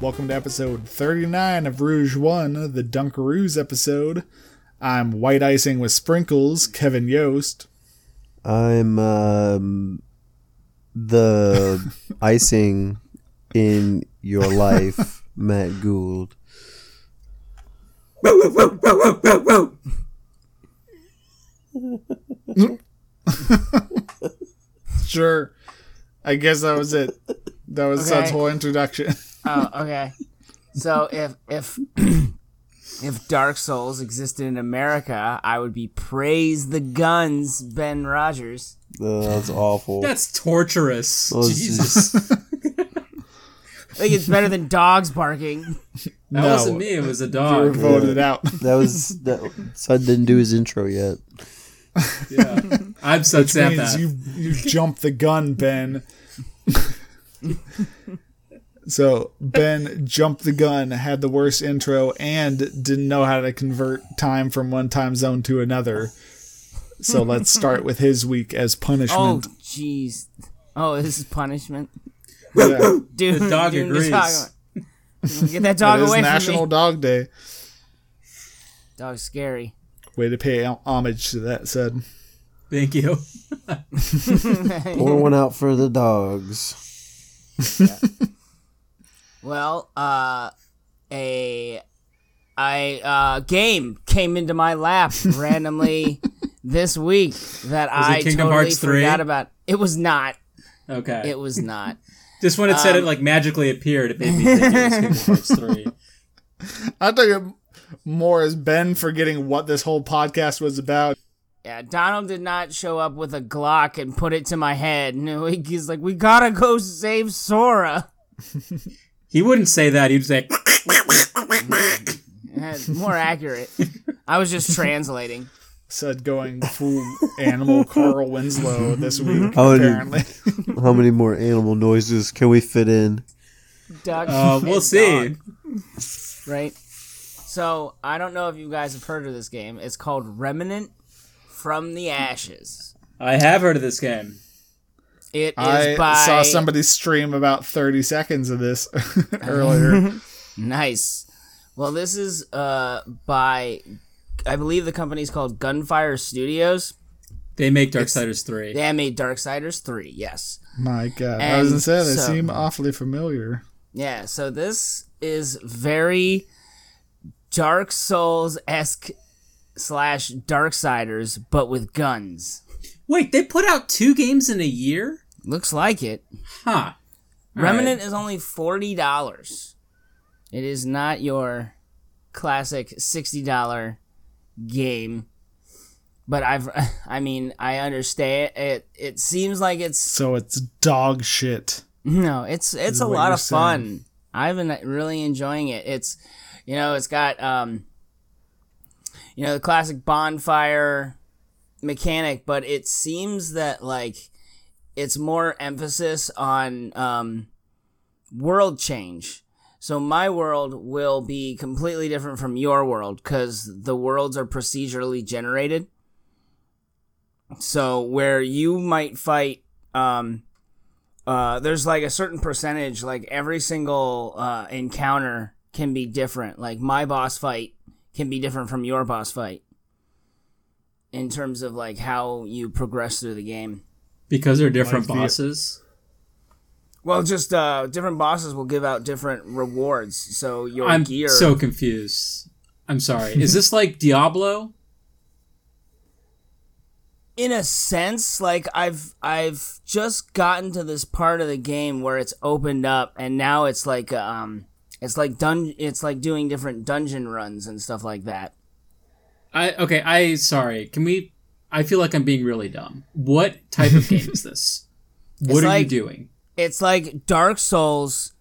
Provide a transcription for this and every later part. Welcome to episode 39 of Rouge One, the Dunkaroos episode. I'm White Icing with Sprinkles, Kevin Yost. I'm um, the icing in your life, Matt Gould. Sure. I guess that was it. That was Okay. Sud's whole introduction. Oh, okay. So if if if Dark Souls existed in America, I would be praise the guns, Ben Rogers. Oh, that's awful. That's torturous. Well, it's Jesus. I think it's better than dogs barking. That No. wasn't me, it was a You were dog. voted out. that was that. Son didn't do his intro yet. Yeah. I'm so sad means that. you you jump the gun, Ben. so Ben jumped the gun, had the worst intro, and didn't know how to convert time from one time zone to another. So let's start with his week as Oh, punishment. jeez. Oh, this is punishment, Yeah. dude. The dog dude, agrees. dog- Get that It dog is away National from me. Dog Day. Dog's scary. Way to pay homage to that, said. Thank you. Pour one out for the dogs. Well, uh, a I uh game came into my lap randomly this week that it I Kingdom totally Hearts 3? forgot about. It was not. Okay. It um, was not. Just when it said it like magically appeared, it made me think it was Kingdom Hearts 3. I took it more as Ben forgetting what this whole podcast was about. Yeah, Donald did not show up with a Glock and put it to my head. No, he- he's like, we gotta go save Sora. He wouldn't say that. He'd say, That's more accurate. I was just translating. Said going full animal Carl Winslow this week, Oh, dude. apparently. How many more animal noises can we fit in? Duck. uh, we'll and see. dog, right? So, I don't know if you guys have heard of this game. It's called Remnant from the Ashes. I have heard of this game. It is I by. saw somebody stream about 30 seconds of this earlier. Nice. Well, this is uh, by. I believe the company's called Gunfire Studios. They make Darksiders 3. They made Darksiders 3, yes. My God. I was going to And say, they so- seem awfully familiar. Yeah, so this is very Dark Souls esque slash Darksiders, but with guns. Wait, they put out two games in a year? Looks like it. Huh. All Remnant right. is only forty dollars. It is not your classic sixty dollar game. But I've I mean, I understand it it seems like it's So it's dog shit. No, it's it's a what lot you're of fun. I've been really enjoying it. It's you know, it's got um you know, the classic bonfire mechanic, but it seems that like it's more emphasis on um world change. So my world will be completely different from your world cuz the worlds are procedurally generated. So where you might fight um uh, there's like a certain percentage like every single uh, encounter can be different like my boss fight can be different from your boss fight in terms of like how you progress through the game Because they're different Like the- bosses. well just uh, different bosses will give out different rewards so your I'm gear so confused. I'm sorry. Is this like Diablo? in a sense like i've i've just gotten to this part of the game where it's opened up and now it's like um it's like dun it's like doing different dungeon runs and stuff like that I okay. I sorry. Can we? I feel like I'm being really dumb. What type of game is this? It's What are like- you doing? It's like Dark Souls,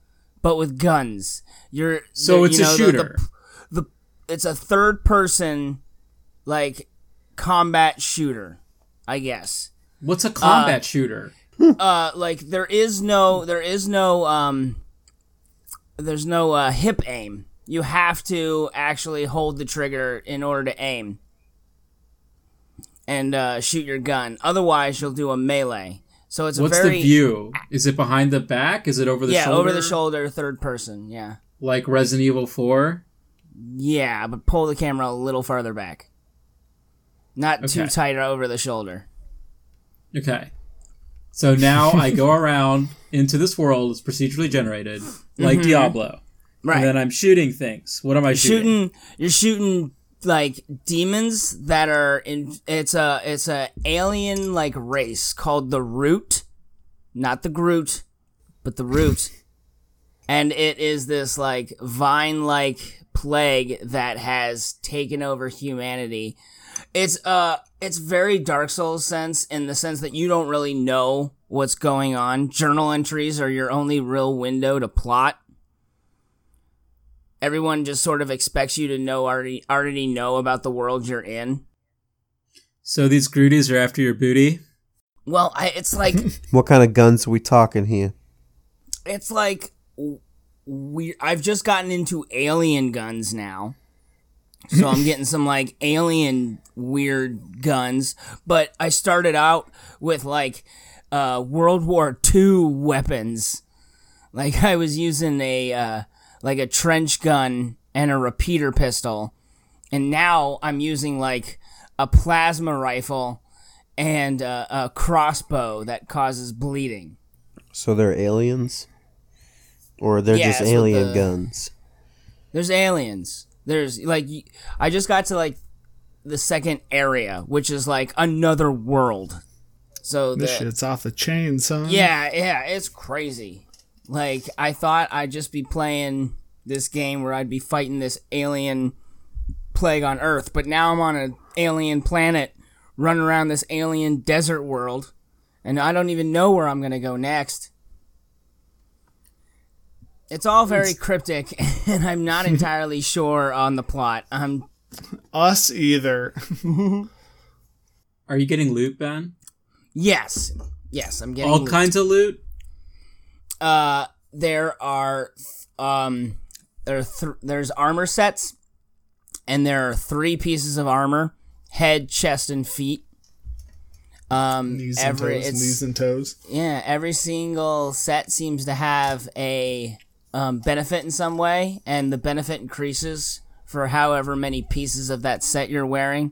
but with guns. You're So the- it's you a know, the- the- shooter. it's a third person, like combat shooter, I guess. What's a combat shooter? Uh, like there is no, there is no, um, there's no uh, hip aim. You have to actually hold the trigger in order to aim and uh, shoot your gun. Otherwise, you'll do a melee. So it's a What's very the view? Is it behind the back? Is it over the yeah shoulder? over the shoulder, third person. Yeah. like Resident Evil 4. Yeah, but pull the camera a little farther back. Not too Okay. tight over the shoulder. Okay. So now I go around into this world, it's procedurally generated, like Diablo. Mm-hmm. Right. And then I'm shooting things. What am I shooting? shooting you're shooting like demons that are in it's a it's a alien like race called the root not the groot but the root and it is this like vine like plague that has taken over humanity it's uh it's very dark souls sense in the sense that you don't really know what's going on journal entries are your only real window to plot everyone just sort of expects you to know already already know about the world you're in. So these Grooties are after your booty. Well, I, it's like What kind of guns are we talking here? it's like w- we I've just gotten into alien guns now. So I'm getting some like alien weird guns, but I started out with like uh World War II weapons. Like I was using a uh like a trench gun and a repeater pistol. And now I'm using like a plasma rifle and uh, a crossbow that causes bleeding. So they're aliens? Or they're Yeah, just that's what alien the- guns? There's aliens. There's like y- I just got to like the second area, which is like another world. So the, This shit's off the chain, son. yeah, yeah, it's crazy. Like I thought I'd just be playing this game where I'd be fighting this alien plague on Earth, but now I'm on an alien planet, running around this alien desert world, and I don't even know where I'm gonna go next. It's all very cryptic, and I'm not entirely sure on the plot. Um, I'm Us either. Are you getting loot, Ben? yes, yes, I'm getting All kinds of loot? uh there are th- um there are th- there's armor sets and there are three pieces of armor head chest and feet um Knees and every toes. it's Knees and toes. yeah every single set seems to have a um, benefit in some way and the benefit increases for however many pieces of that set you're wearing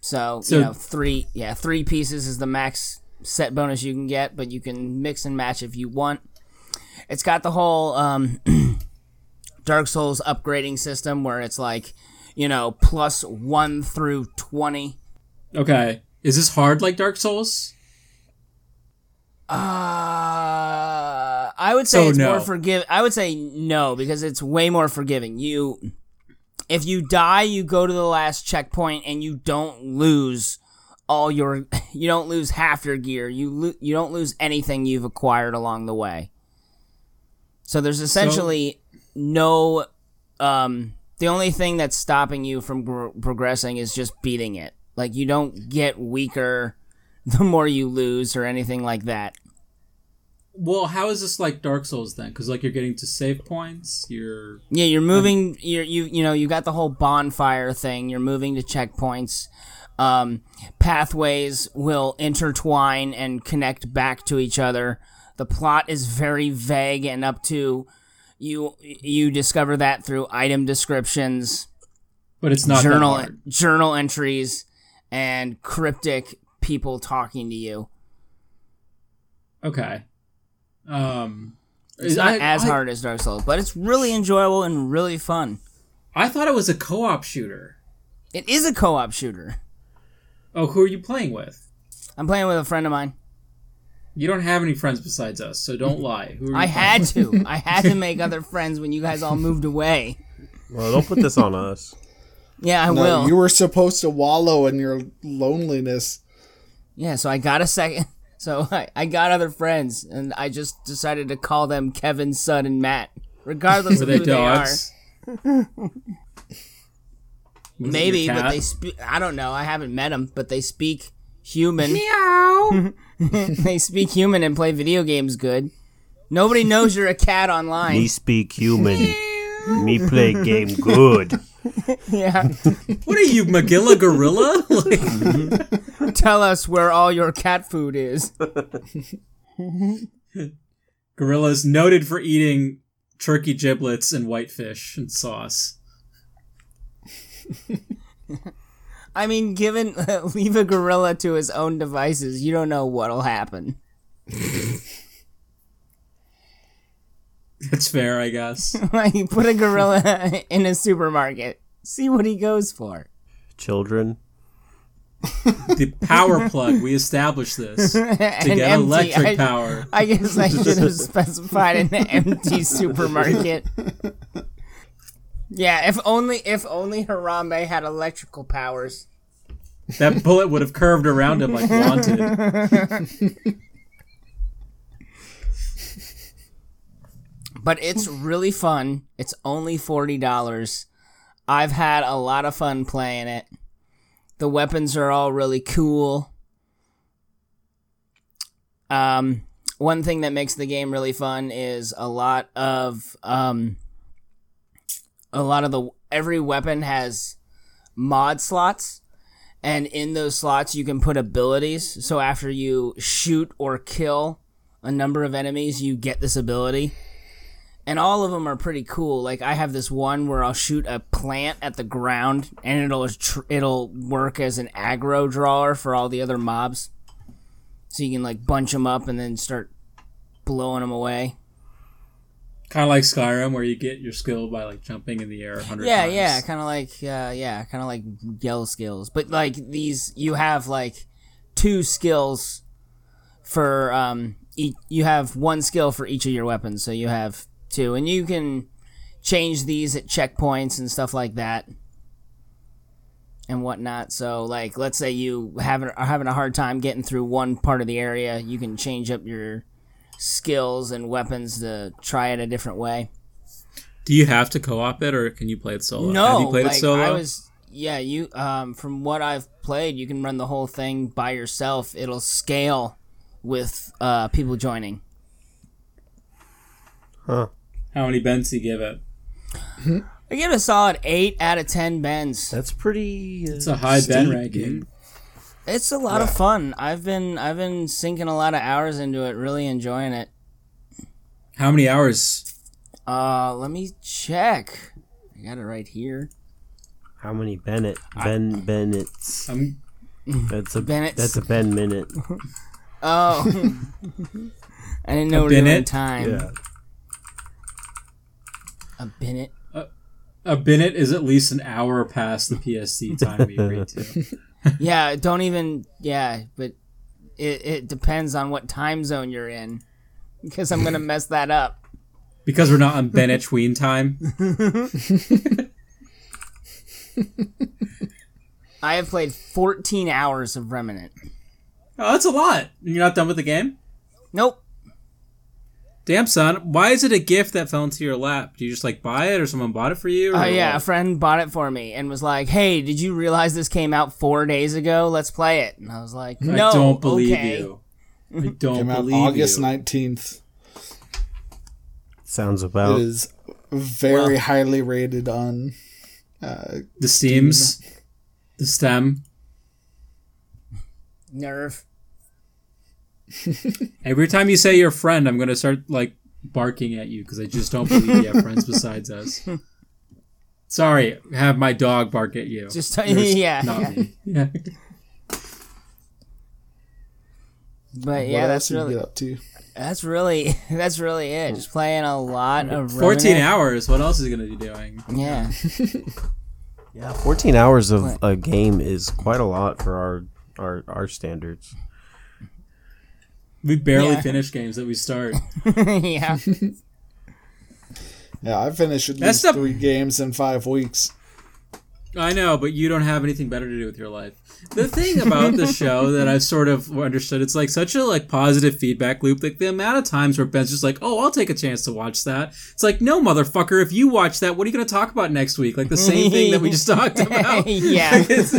so, So- you know three yeah three pieces is the max set bonus you can get but you can mix and match if you want it's got the whole um, dark souls upgrading system where it's like you know plus 1 through 20 Okay. Is this hard like Dark Souls? Uh, I would say So it's no. more forgive. I would say no because it's way more forgiving. You, if you die, you go to the last checkpoint and you don't lose all your. You don't lose half your gear. You lo- you don't lose anything you've acquired along the way. So there's essentially no. Um, the only thing that's stopping you from gr- progressing is just beating it. Like you don't get weaker the more you lose or anything like that. Well, how is this like Dark Souls then? Because like you're getting to save points, you're Yeah, you're moving. You're, you you know you got the whole bonfire thing. You're moving to checkpoints. Um, pathways will intertwine and connect back to each other. The plot is very vague and up to you. You discover that through item descriptions, but it's not that journal hard. journal entries, and cryptic people talking to you. Okay. Um It's is- not I- as I- hard as Dark Souls, but it's really enjoyable and really fun. I thought it was a co-op shooter. It is a co-op shooter. Oh, who are you playing with? I'm playing with a friend of mine. You don't have any friends besides us, so don't lie. Who are you I playing had to. I had to make other friends when you guys all moved away. Well, don't put this on us. Yeah, I No, will. you were supposed to wallow in your loneliness. yeah, so I got a second. So I, I got other friends, and I just decided to call them Kevin, Sud, and Matt, regardless Were of they who dogs? they are. Maybe, but they speak. I don't know. I haven't met them, but they speak human. they speak human and play video games good. Nobody knows you're a cat online. Me speak human. Me play game good. Yeah. What are you, Magilla Gorilla? Like, Tell us where all your cat food is. gorillas noted for eating turkey giblets and whitefish and sauce. I mean, given leave a gorilla to his own devices, you don't know what'll happen. That's fair, I guess. like, you put a gorilla in a supermarket, see what he goes for. Children. the power plug. We established this to get An empty- electric I- power. I guess I should have specified an empty supermarket. Yeah, if only if only Harambe had electrical powers. That bullet would have curved around him like wanted. But it's really fun. It's only forty dollars. I've had a lot of fun playing it. The weapons are all really cool. Um, one thing that makes the game really fun is a lot of um, a lot of the every weapon has mod slots, and in those slots you can put abilities. So after you shoot or kill a number of enemies, you get this ability and all of them are pretty cool. Like I have this one where I'll shoot a plant at the ground, and it'll tr- it'll work as an aggro drawer for all the other mobs. So you can like bunch them up and then start blowing them away. kind of like Skyrim, where you get your skill by like jumping in the air a hundred Yeah, times. yeah, kind of like uh, yeah, kind of like yellow skills. But like these, you have like two skills for um, each, you have one skill for each of your weapons, so you have two, and you can change these at checkpoints and stuff like that and whatnot. So like, let's say you having are having a hard time getting through one part of the area, you can change up your skills and weapons to try it a different way. Do you have to co-op it, or can you play it solo? No, have you played like, it solo? I was. Yeah, you. Um, from what I've played, you can run the whole thing by yourself. It'll scale with uh, people joining. How many bents do you give it? I give it a solid eight out of ten bends. That's pretty. Uh, It's a high bend steep, ranking. dude. It's a lot of fun. I've been I've been sinking a lot of hours into it. Really enjoying it. How many hours? Uh, let me check. I got it right here. How many Bennett? Ben Bennett's. I'm That's a Bennett's. That's a Ben minute. Oh, I didn't know A we were in Bennett? time. Yeah. A Bennett. a Bennett is at least an hour past the PSC time we agreed to. Yeah, don't even. Yeah, but it, it depends on what time zone you're in, because I'm gonna mess that up. Because we're not on Bennett tween time. I have played 14 hours of Remnant. Oh, that's a lot. You're not done with the game? Nope. Damn son, why is it a gift that fell into your lap? Do you just like buy it or someone bought it for you? Or Oh yeah, a what? friend bought it for me and was like, "Hey, did you realize this came out four days ago? Let's play it." And I was like, I "No, don't believe okay. you. I don't Came out believe August you. nineteenth. Sounds It about. is very highly rated on. Uh, The steams, the stem. Nerve. Every time you say your friend, I'm gonna start like barking at you because I just don't believe you have friends besides us. Sorry, have my dog bark at you. Just Yours, yeah, not me. Yeah. but what yeah, else that's did you really get up to? that's really that's really it. Just playing a lot of Fourteen Remnant. hours. What else is he gonna be doing? Yeah, Yeah, 14 hours of a game is quite a lot for our our our standards. We barely Yeah. finish games that we start. yeah. Yeah, I finished at That's least the- three games in five weeks. I know, but you don't have anything better to do with your life. The thing about the show that I've sort of understood, it's like such a like positive feedback loop. Like the amount of times where Ben's just like, "Oh, I'll take a chance to watch that." It's like, no, motherfucker, if you watch that, what are you going to talk about next week? Like the same thing that we just talked about. Yeah. Like, it's-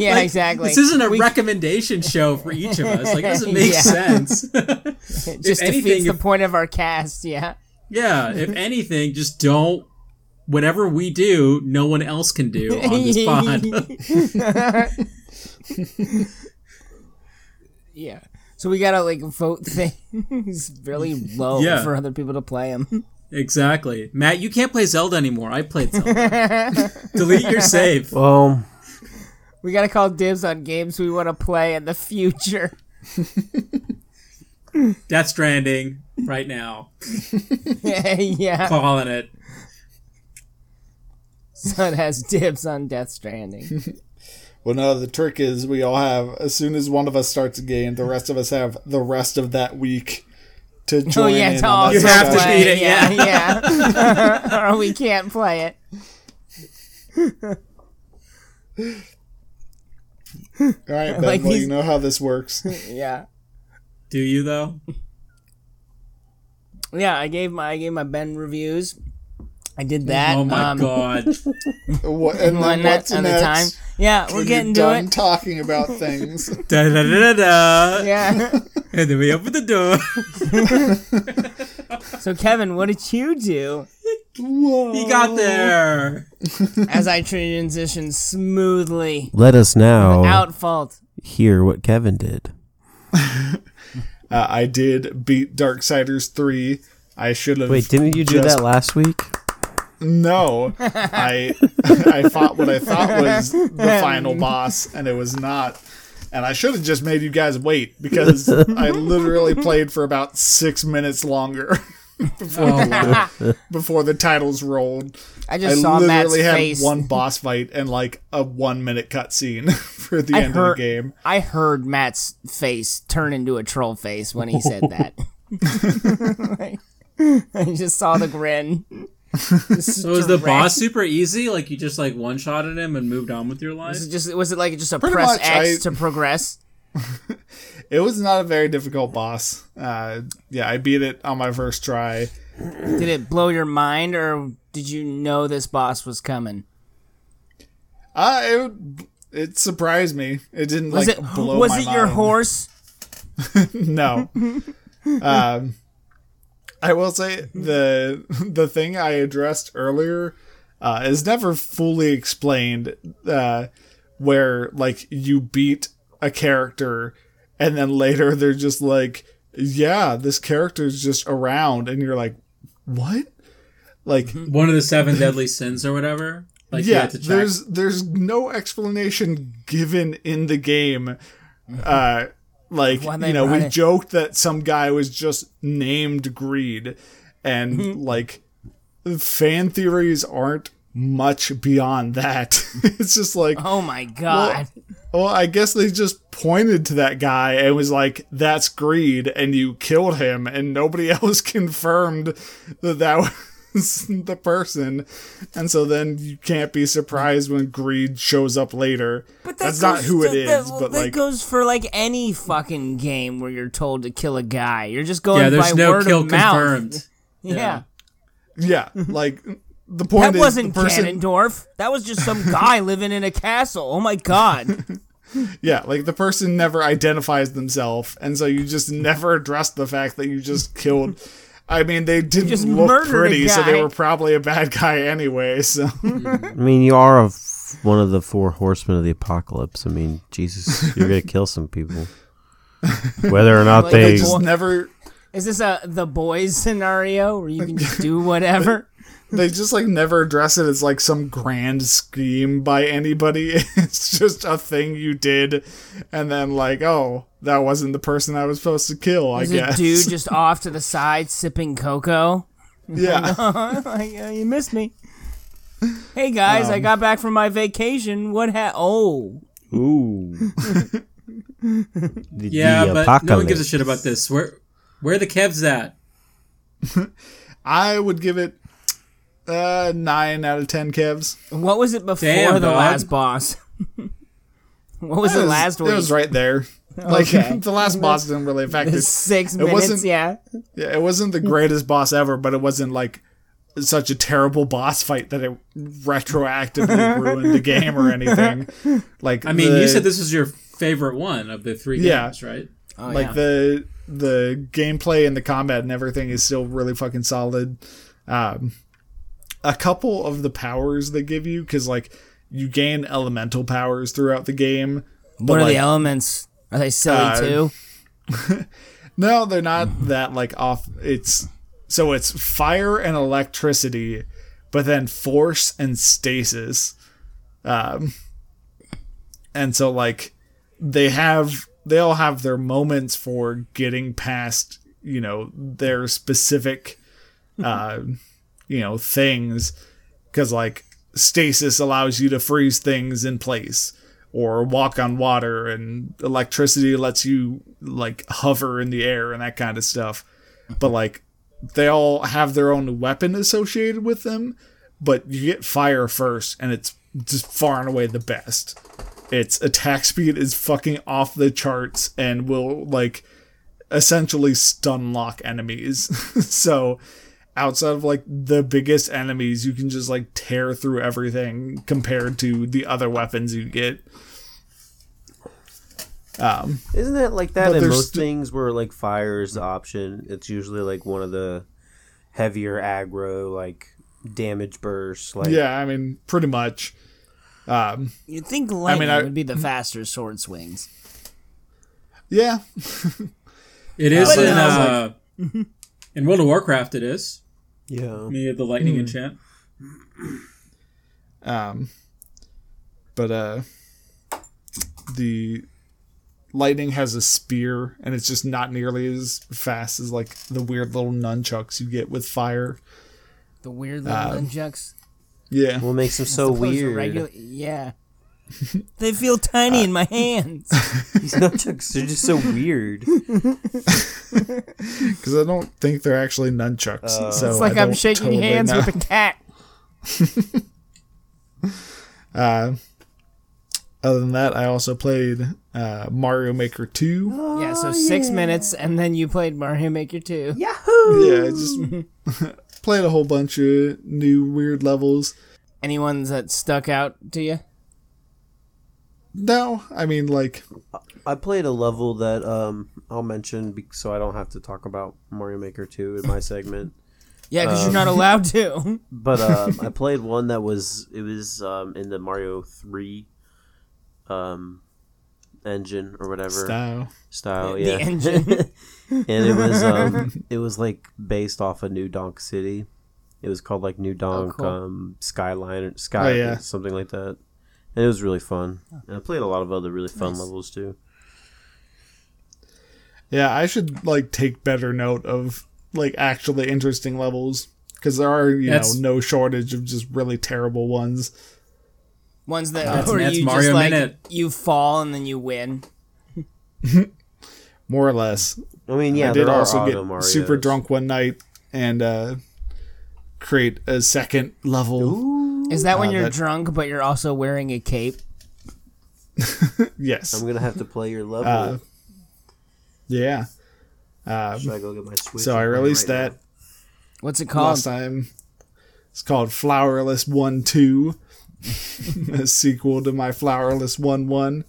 Yeah, like, exactly. This isn't a We- recommendation show for each of us. Like, it doesn't make Yeah. sense. It just anything, defeats the if- point of our cast. Yeah. yeah. If anything, just don't. Whatever we do, no one else can do on this pod. yeah. So we gotta like vote things really low Yeah. for other people to play them. Exactly. Matt, you can't play Zelda anymore. I played Zelda. Delete your save. Well, We gotta call dibs on games we want to play in the future. Death Stranding right now. yeah, Calling it. Sun has dibs on Death Stranding. Well, no, the trick is we all have, as soon as one of us starts a game, the rest of us have the rest of that week to join oh yeah, in to on also that You have to same- play. beat it, Yeah, yeah. or we can't play it. All right, Ben, Like well, these- you know how this works. Yeah, Do you though? yeah. I gave my I gave my Ben reviews. I did that. Oh my um, god. What, and One then net what's on the next? time. Yeah, we're When getting you're to done it. talking about things. Da da da da da. Yeah. And then we open the door. so Kevin, what did you do He Oh. got there. as I transitioned smoothly let us now without fault? hear what Kevin did. Uh, I did beat Darksiders 3. I should have. Wait, didn't you do just- that last week? No. I I fought what I thought was the final boss, and it was not. And I should have just made you guys wait because I literally played for about six minutes longer Oh, wow. before the titles rolled. I I just saw Matt's literally had face. one boss fight and like a one minute cutscene for the I end heard- of the game. I heard Matt's face turn into a troll face when he said that. Like, I just saw the grin. So was the boss super easy? Like you just like one shotted him and moved on with your life? Was it just was it like just a Pretty press much, X I- to progress? It was not a very difficult boss. Uh, yeah, I beat it on my first try. Did it blow your mind, or did you know this boss was coming? Uh, it, it surprised me. It didn't Was like it blow was my it your mind. horse? No. um, I will say the the thing I addressed earlier uh, is never fully explained. Uh, where like you beat a character, and then later they're just like, "Yeah, this character's just around," and you're like, "What?" Like one of the seven deadly sins or whatever? Like you yeah, had to check. there's there's no explanation given in the game. Uh, like Why they you know, brought we it. joked that some guy was just named Greed, Hmm. and like fan theories aren't much beyond that. it's just like, Oh my god! well, I guess they just pointed to that guy and was like, "That's Greed," and you killed him, and nobody else confirmed that that was the person. And so then you can't be surprised when Greed shows up later. but that's not who it is, but that like, goes for like any fucking game where you're told to kill a guy. You're just going yeah, there's by no word kill of mouth. confirmed. yeah. yeah, like the point That is wasn't the person. Ganondorf. That was just some guy living in a castle. Oh my god. Yeah, like the person never identifies themselves, and so you just never address the fact that you just killed. I mean, they didn't just look murdered a pretty, so they guy. were probably a bad guy anyway. So. I mean, you are a f- one of the four horsemen of the apocalypse. I mean, Jesus, you're gonna kill some people, whether or not Like, they. They just never. Is this a the boys scenario where you can just do whatever? They just like never address it as like some grand scheme by anybody. It's just a thing you did, and then like, oh, that wasn't the person I was supposed to kill. I Is a guess. dude just off to the side sipping cocoa? yeah. like, uh, you missed me. Hey guys, Um, I got back from my vacation. What ha- Oh. Ooh. the, Yeah, the but no one gives a apocalypse. shit about this. Where where are the Kevs at? I would give it uh nine out of ten kevs. What was it before Damn, the dog. last boss? what was It the was- last it one? was right there. Like Okay. the last boss didn't really affect it. Six It minutes, wasn't- yeah. Yeah, it wasn't the greatest boss ever, but it wasn't like such a terrible boss fight that it retroactively ruined the game or anything. Like I mean, the, you said this was your favorite one of the three Yeah. games, right? Oh, like yeah. the the gameplay and the combat and everything is still really fucking solid. Um, a couple of the powers they give you because like you gain elemental powers throughout the game. but, what are like, the elements? Are they silly Uh, too? No, they're not that like off. It's So it's fire and electricity, but then force and stasis. Um, and so like they have they all have their moments for getting past you know their specific uh you know things because like stasis allows you to freeze things in place or walk on water and electricity lets you like hover in the air and that kind of stuff but like they all have their own weapon associated with them but you get fire first and it's just far and away the best its attack speed is fucking off the charts and will like essentially stun lock enemies so outside of like the biggest enemies you can just like tear through everything compared to the other weapons you get um Isn't it like that But in there's most st- things where like fire is the option? It's usually like one of the heavier aggro like damage bursts. Like yeah i mean pretty much um You'd think lightning I- would be the faster sword swings. yeah It is But in no, uh, in World of Warcraft. It is. yeah. Me the lightning Hmm. enchant. Um, but uh, the lightning has a spear, and it's just not nearly as fast as like the weird little nunchucks you get with fire. The weird Uh, little injects. Yeah, What makes them so opposed to weird? Regular, yeah. they feel Uh, tiny in my hands. These nunchucks are just so weird. because I don't think they're actually nunchucks. so It's like Oh, I I'm don't shaking totally hands know. with a cat. Other than that, I also played uh, Mario Maker Two. Yeah, so six minutes, and then you played Mario Maker 2. Yeah. Yeah, I just played a whole bunch of new weird levels. Any ones that stuck out to you? No, I mean like I played a level that um I'll mention be- so I don't have to talk about Mario Maker 2 in my segment. Yeah, because you're Uh, not allowed to. But um, I played one that was it was um, in the Mario 3 um engine or whatever. style. style, The yeah. engine. and it was um, it was like based off of New Donk City. It was called like New Donk cool. um, Skyline or Sky Oh, yeah. something like that. And it was really fun. And I played a lot of other really fun levels too. Yeah, I should like take better note of like actually interesting levels because there are you That's- know no shortage of just really terrible ones. Ones that That's- where that's you Mario just like Minute. you fall and then you win. More or less, I mean, yeah, I did there are also get Auto Marios. super drunk one night and uh, create a second level. Is that when Uh, you're that- drunk, but you're also wearing a cape? Yes, I'm gonna have to play your level. Uh, yeah. Should I go get my Switch? So I released that What's it last called? time. It's called Flowerless One Two, a sequel to my Flowerless One One.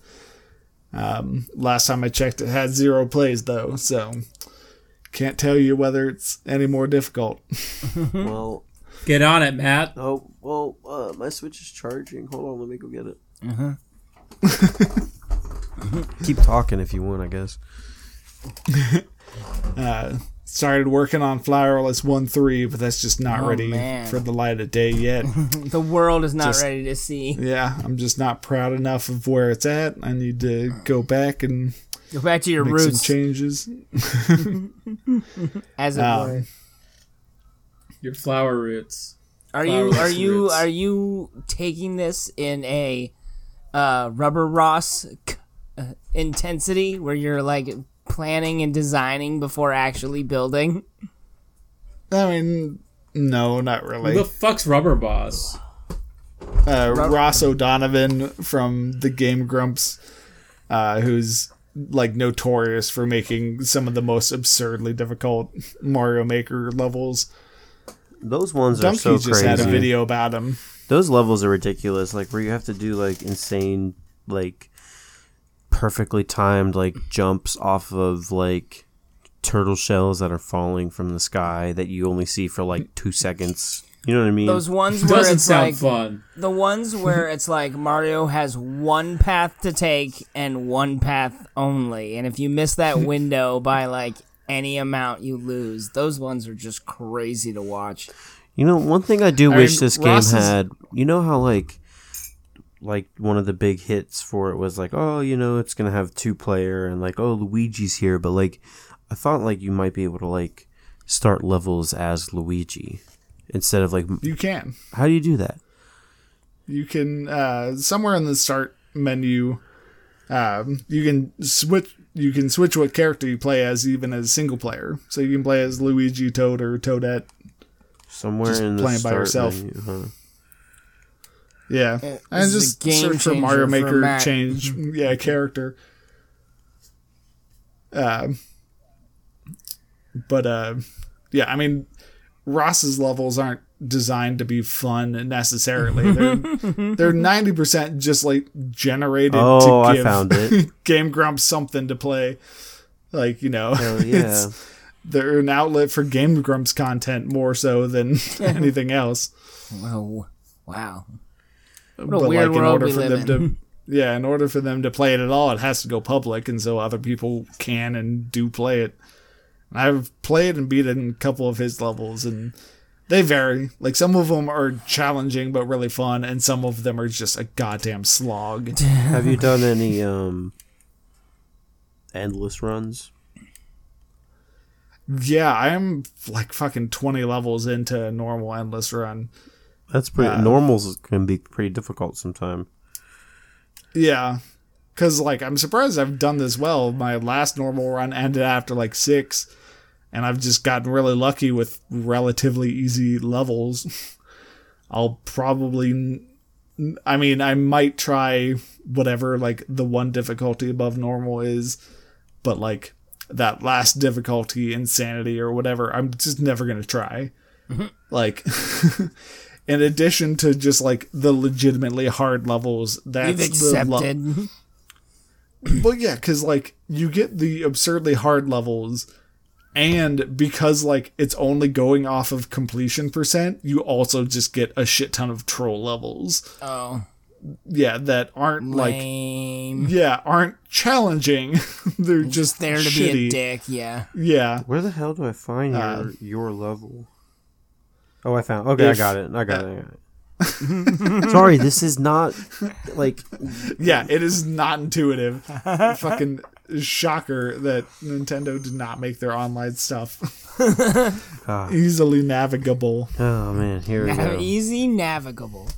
Um, last time I checked, it had zero plays though, so can't tell you whether it's any more difficult. that. Well, Get on it, Matt. oh well, uh, my Switch is charging. Hold on, let me go get it. Keep talking if you want, I guess. Started working on Flowerless One Three, but that's just not Oh, ready man. for the light of day yet. The world is not Just- ready to see. yeah, I'm just not proud enough of where it's at. I need to go back and Go back to your make roots, some changes. as it Um, were. Your flower roots. Are you Flowerless are you roots. are you taking this in a uh, rubber Ross k- uh, intensity where you're like planning and designing before actually building? I mean, no, not really. Who the fuck's Rubber Boss? uh, Ross O'Donovan from the Game Grumps, uh, who's like notorious for making some of the most absurdly difficult Mario Maker levels. Those ones Donkey are so just crazy. had a video about him. those levels are ridiculous like where you have to do like insane like perfectly timed like jumps off of like turtle shells that are falling from the sky that you only see for like two seconds you know what i mean Those ones where Doesn't it's sound like fun. the ones where it's like Mario has one path to take and one path only, and if you miss that window by like any amount you lose. Those ones are just crazy to watch. You know, one thing I do I wish rem- this game Ross is- had. You know how like, like one of the big hits for it was like, oh, you know, it's gonna have two player and like, oh, Luigi's here, but like, I thought like you might be able to like start levels as Luigi instead of like, m- You can. how do you do that? You can uh, somewhere in the start menu, um, you can switch. You can switch what character you play as, even as single player. So you can play as Luigi, Toad, or Toadette. Somewhere Just in the playing by start yourself. menu, huh? Yeah, Yeah, and this is just a game search for Mario changer for Maker Mac. Mm-hmm. change. Yeah, character. Um, but uh, yeah, I mean, Ross's levels aren't designed to be fun necessarily. They're they're ninety percent just like generated Oh, to I give found it. Game Grumps something to play. Like you know, Hell yeah. they're an outlet for Game Grumps content more so than anything else. Whoa. Wow. but weird like in world order we for live them to yeah in order for them to play it at all it has to go public and so other people can and do play it And i've played and beat in a couple of his levels and they vary like some of them are challenging but really fun and some of them are just a goddamn slog Have you done any um endless runs? yeah i'm like fucking 20 levels into a normal endless run That's pretty. Uh, normals can be pretty difficult sometimes. yeah because like i'm surprised i've done this well my last normal run ended after like six and i've just gotten really lucky with relatively easy levels i'll probably n- i mean i might try whatever like the one difficulty above normal is but like that last difficulty insanity or whatever i'm just never gonna try Mm-hmm. like in addition to just like the legitimately hard levels that's You've the le- accepted. well, yeah, because like you get the absurdly hard levels, and because like it's only going off of completion percent, you also just get a shit ton of troll levels. oh. Yeah, that aren't like Lame. yeah aren't challenging. They're just there to shitty. be a dick, yeah. Yeah, Where the hell do I find your your level? Oh, I found. Okay, If- I got it. I got it. I got it. Sorry, this is not like yeah, it is not intuitive. Fucking shocker that Nintendo did not make their online stuff easily navigable. oh man, here we Nav- go. Easy navigable.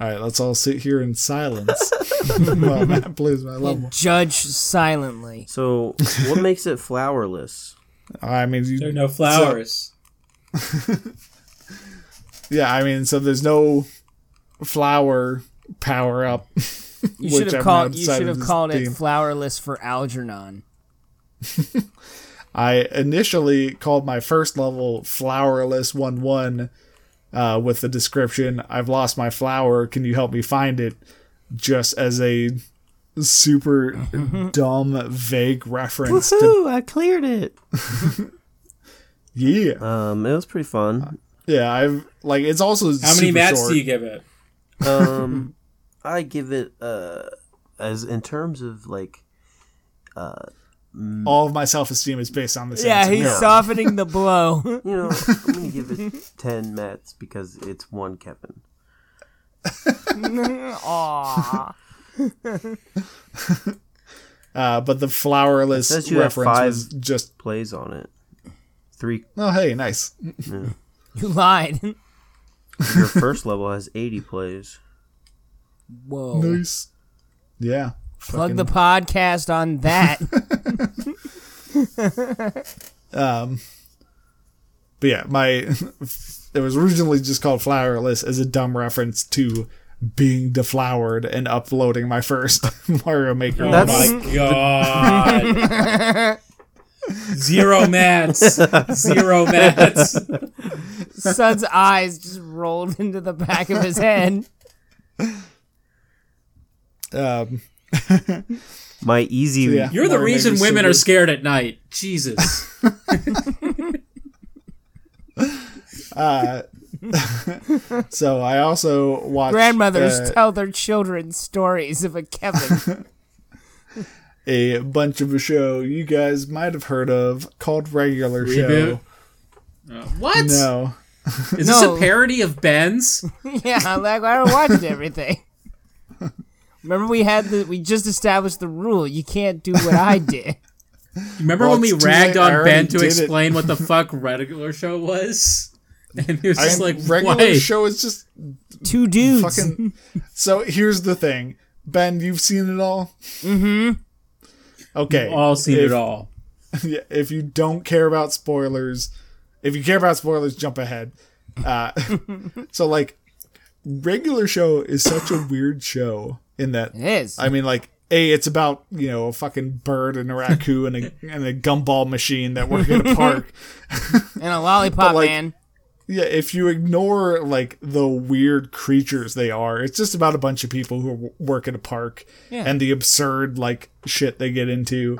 All right, let's all sit here in silence while Matt plays my level. Judge silently. So, what makes it flowerless? I mean, you, There are no flowers. yeah, I mean, so there's no flower power up. You Which should have I'm called you outside should of have this called theme. it flowerless for Algernon. I initially called my first level flowerless one one, uh, with the description "I've lost my flower. Can you help me find it?" Just as a super dumb, vague reference to Woohoo! I cleared it. yeah, Um, it was pretty fun. yeah. I've like it's also How many super mats short. do you give it? Um, I give it uh as in terms of like All of my self esteem is based on this. Yeah, answer. he's softening the blow. you know I'm gonna give it ten mats because it's one Kevin. Aw. Uh, but the flowerless It says you have reference five- was just Plays on it. Three. oh hey nice You lied. Your first level has eighty plays. Whoa. nice yeah Plug the podcast on that. But yeah, my it was originally just called Flowerless as a dumb reference to being deflowered and uploading my first Mario Maker. Oh That's- my god. Zero mats. Zero mats. Son's eyes just rolled into the back of his head. Um, My easy yeah, You're the Mario reason Maker's women so are good. scared at night. Jesus. So I also watched Grandmothers uh, tell their children stories of a Kevin. a bunch of a show you guys might have heard of called Regular Show. Reboot? Uh, what? No. Is No. this a parody of Ben's? yeah, I'm like I don't watch everything. Remember, we had the we just established the rule: you can't do what I did. Remember Well, when we it's too late. ragged I on already Ben to did it. explain what the fuck regular show was? And he was just I- like, regular "Why?" show is just Two dudes. fucking So here's the thing. Ben, you've seen it all? Mm-hmm. Okay. all seen if, it all. yeah, if you don't care about spoilers, if you care about spoilers, jump ahead. Uh, so like, regular show is such a weird show in that It is. I mean, like, a it's about you know a fucking bird and a raccoon and a, and a gumball machine that work at a park. and a lollipop But, like, man. yeah, if you ignore like the weird creatures they are, it's just about a bunch of people who w- work at a park Yeah. and the absurd like shit they get into.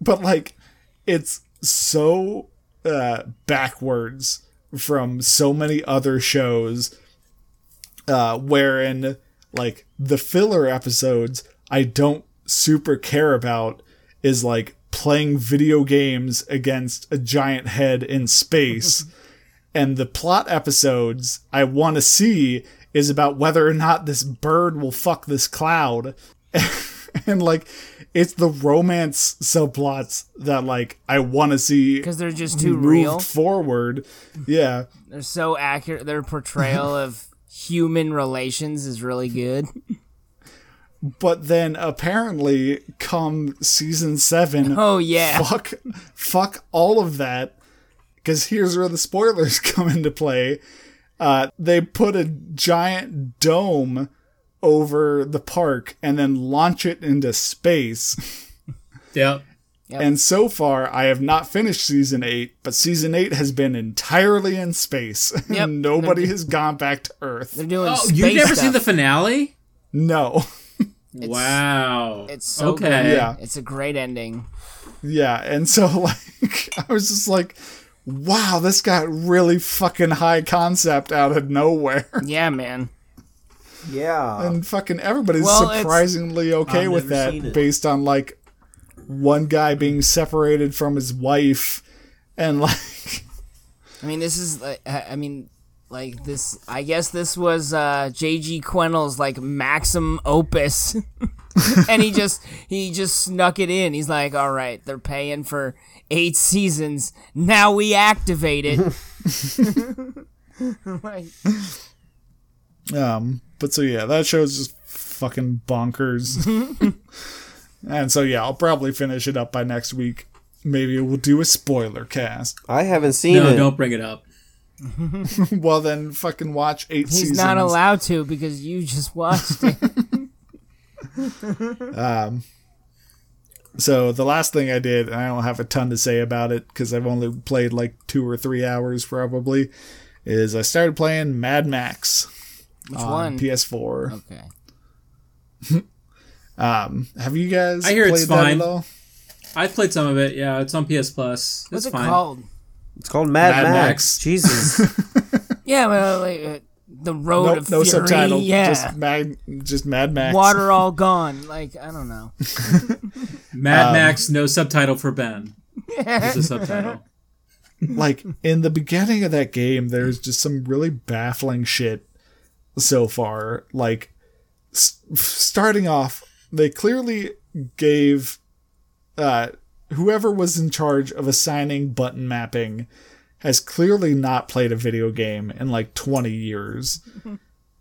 But like it's so uh backwards from so many other shows uh wherein like the filler episodes I don't super care about is like playing video games against a giant head in space and the plot episodes I want to see is about whether or not this bird will fuck this cloud. and like it's the romance subplots that like I want to see Because they're just too moved real. forward. Yeah. They're so accurate. Their portrayal of human relations is really good. But then apparently come season 7 Oh yeah. fuck fuck all of that because here's where the spoilers come into play uh, they put a giant dome over the park and then launch it into space Yep. and so far i have not finished season 8 but season 8 has been entirely in space Yep. and nobody has gone back to earth They're doing Oh, space you've never stuff. seen the finale? no wow. It's so okay. good. Yeah. It's a great ending. Yeah, and so like I was just like, wow, this got really fucking high concept out of nowhere, Yeah, man. Yeah. and fucking everybody's Well, it's- surprisingly okay I've with never seen that, it. based on like one guy being separated from his wife, and like I mean, this is. like, I I mean, like this. I guess this was uh, J.G. Quennell's like maxim opus, and he just he just snuck it in. He's like, all right, they're paying for eight seasons. Now we activate it. Like, um, but so yeah, that show's just fucking bonkers, and so yeah, I'll probably finish it up by next week. Maybe we'll do a spoiler cast. I haven't seen no, it. don't bring it up. well, then fucking watch eight he's seasons. not allowed to because you just watched it. So the last thing I did, and I don't have a ton to say about it because I've only played like two or three hours probably, is I started playing Mad Max Which on one? PS4. okay. Um, have you guys I hear played it's that fine. at all? I've played some of it. Yeah, it's on PS Plus. What's It's it fine. called? It's called Mad, Mad Max. Max. Jesus. Yeah, well, like, uh, the road Nope, of no fury. subtitle. Yeah. Just Mad, just Mad Max. Water all gone. Like I don't know. Mad Um, Max, no subtitle for Ben. Is the subtitle. like in the beginning of that game there's just some really baffling shit so far like s- starting off they clearly gave uh whoever was in charge of assigning button mapping has clearly not played a video game in like 20 years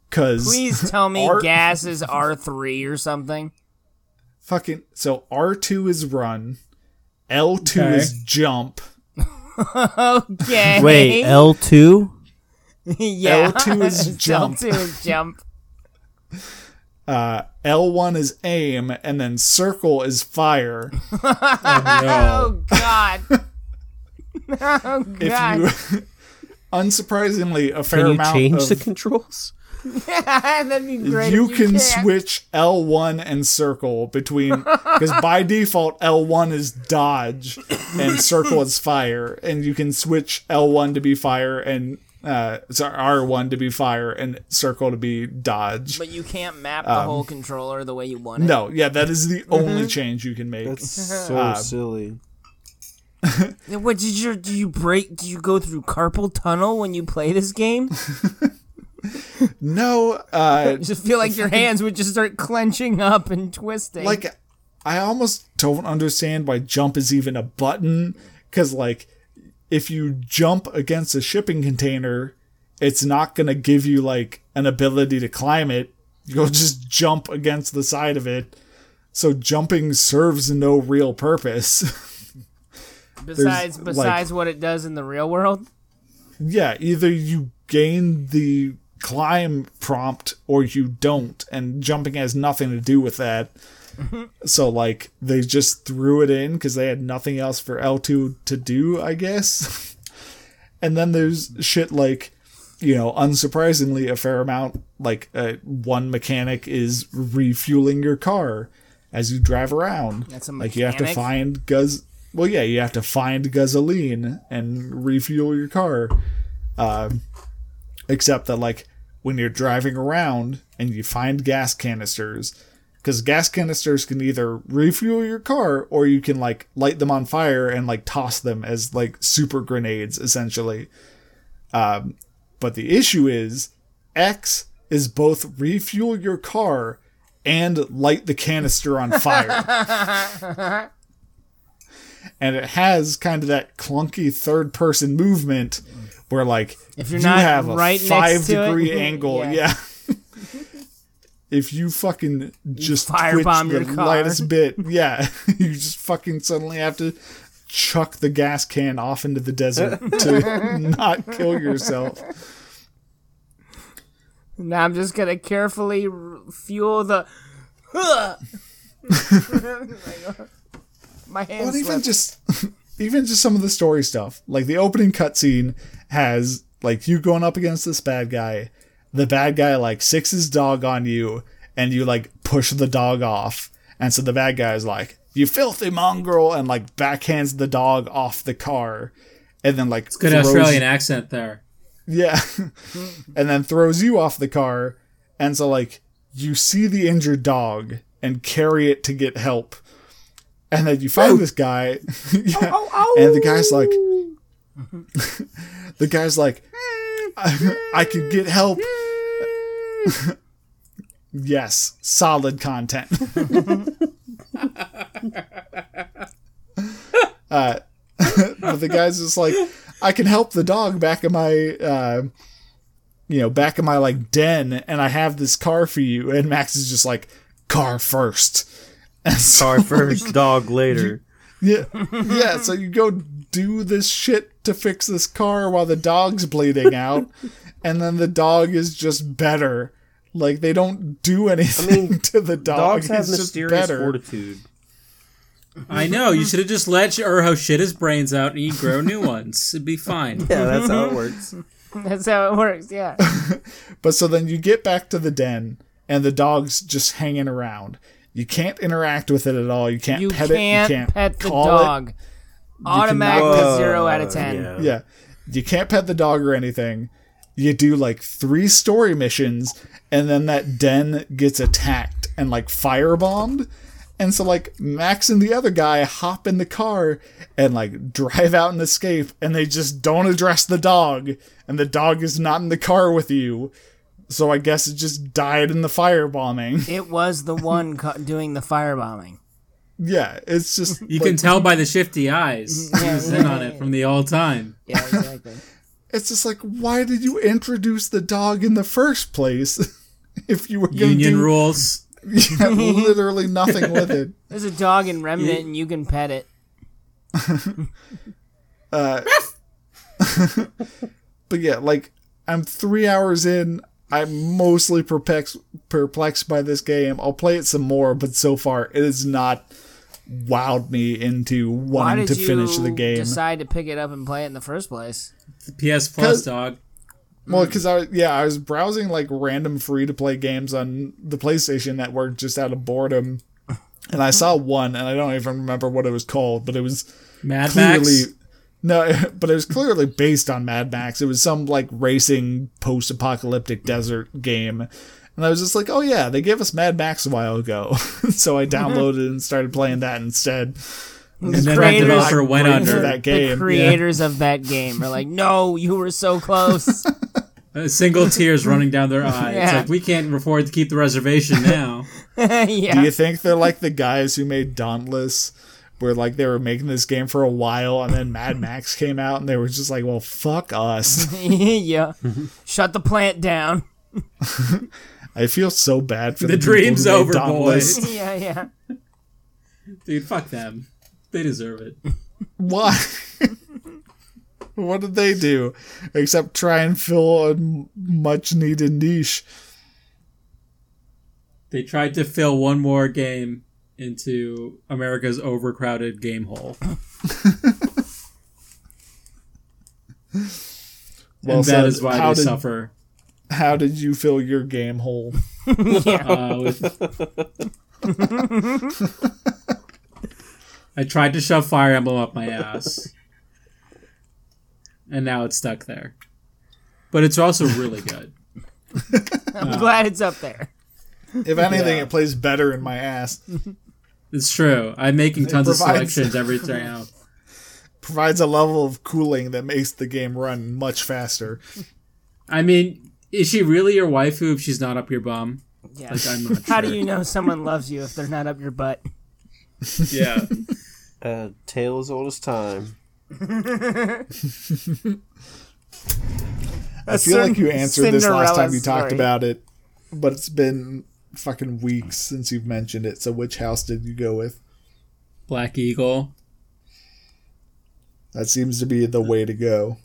cuz Please tell me R- gas is R three or something. fucking so R2 is run L2 Okay. is jump Okay. Wait, L two. yeah. L2 is jump. L two is jump. uh, L1 is aim, and then circle is fire. No. Oh God. oh If God. you, unsurprisingly, a fair Can you amount change of the controls? That'd be great. if you can can. switch L1 and circle between because by default L1 is dodge and circle is fire, and you can switch L1 to be fire and uh, sorry, R one to be fire and circle to be dodge. But you can't map the whole controller the way you want it. Um, No, yeah, that is the only change you can make. That's so silly. What did you do? You break? Do you go through carpal tunnel when you play this game? No, uh, You just feel like your hands would just start clenching up and twisting. like I almost don't understand why jump is even a button because like if you jump against a shipping container, it's not gonna give you like an ability to climb it. You'll just jump against the side of it. So jumping serves no real purpose. besides, like- besides what it does in the real world. yeah, either you gain the climb prompt or you don't, and jumping has nothing to do with that. Mm-hmm. so like they just threw it in because they had nothing else for L2 to do, I guess. and then there's shit like you know, unsurprisingly, a fair amount. Like uh, one mechanic is refueling your car as you drive around. That's a like you have to mechanic? find gas. Well, yeah, you have to find gasoline and refuel your car. Um, except that, like, when you're driving around and you find gas canisters, because gas canisters can either refuel your car or you can like light them on fire and like toss them as like super grenades, essentially. But the issue is X is both refuel your car and light the canister on fire. and it has kind of that clunky third person movement where like If you're you not have a right next five to it, degree angle. yeah. Yeah. If you fucking just firebomb twitch your the car. lightest bit, yeah, you just fucking suddenly have to chuck the gas can off into the desert to not kill yourself. Now I'm just gonna carefully r- fuel the. My hands. But even just even just some of the story stuff, like the opening cutscene has like you going up against this bad guy, the bad guy like sicks his dog on you, and you like push the dog off, and so the bad guy is like, "You filthy mongrel," and like backhands the dog off the car, and then like Good throws- Australian accent there. yeah. and then throws you off the car. And so, like, you see the injured dog and carry it to get help. And then you find this guy. Yeah. Oh, And the guy's like, the guy's like, I, I could get help. yes, solid content. Uh, but the guy's just like, I can help the dog back in my, uh, you know, back in my like den, and I have this car for you. And Max is just like, car first. And so, Car first, dog later. yeah, yeah. So you go do this shit to fix this car while the dog's bleeding out, and then the dog is just better. Like they don't do anything to the dog. Dogs have He's just mysterious better. fortitude. I know. You should have just let Urho shit his brains out and he'd grow new ones. It'd be fine. Yeah, that's how it works. That's how it works. Yeah. But so then you get back to the den, and the dog's just hanging around. You can't interact with it at all. You can't You pet can't it. You can't pet the call dog. Automatically Whoa, zero out of ten. yeah. It. Yeah, you can't pet the dog or anything. You do like three story missions, and then that den gets attacked and like firebombed. And so like Max and the other guy hop in the car and like drive out and escape, and they just don't address the dog, and the dog is not in the car with you. So I guess it just died in the firebombing. It was the one co- doing the firebombing. Yeah, it's just You like, can tell by the shifty eyes. He was in on it from the all time. Yeah, exactly. it's just like why did you introduce the dog in the first place if you were gonna Union do rules. yeah, literally nothing with it? There's a dog in Remnant, and you can pet it. But yeah, like I'm three hours in. I'm mostly perplexed perplexed by this game. I'll play it some more, but so far it has not wowed me into Why wanting did to you finish the game. decide to pick it up and play it in the first place? PS Plus, Cause- dog. Well, because I yeah, I was browsing like random free to play games on the PlayStation Network just out of boredom, and I saw one, and I don't even remember what it was called, but it was Mad clearly Max. No, but it was clearly based on Mad Max. It was some like racing post apocalyptic desert game. And I was just like, oh yeah, they gave us Mad Max a while ago. so I Mm-hmm. downloaded and started playing that instead. And then that Creators- developer went Creators under. of that game. yeah. The creators of that game are like, no, you were so close. Uh, single tears running down their eye. It's Yeah. like we can't afford to keep the reservation now. Do yeah. you think they're like the guys who made Dauntless, where like they were making this game for a while and then Mad Max came out and they were just like, well, fuck Mm-hmm. us. yeah. Shut the plant down. I feel so bad for The the, people who dream's made over, Dauntless. boys. yeah, yeah. Dude, fuck them. They deserve it. Why? what did they do except try and fill a much needed niche? They tried to fill one more game into America's overcrowded game hole. Well and that said. is why How they did- suffer. How did you fill your game hole? Uh, with... I tried to shove Fire Emblem up my ass. And now it's stuck there. But it's also really good. I'm glad it's up there. If anything, Yeah. it plays better in my ass. It's true. I'm making tons of provides- selections every time. now. Provides a level of cooling that makes the game run much faster. I mean, is she really your waifu if she's not up your bum? Yeah. Like, I'm not How sure. do you know someone loves you if they're not up your butt? Yeah. Uh, tale as old as time. I feel like you answered this last time you talked story. about it, but it's been fucking weeks since you've mentioned it. So which house did you go with? Black Eagle. That seems to be the way to go.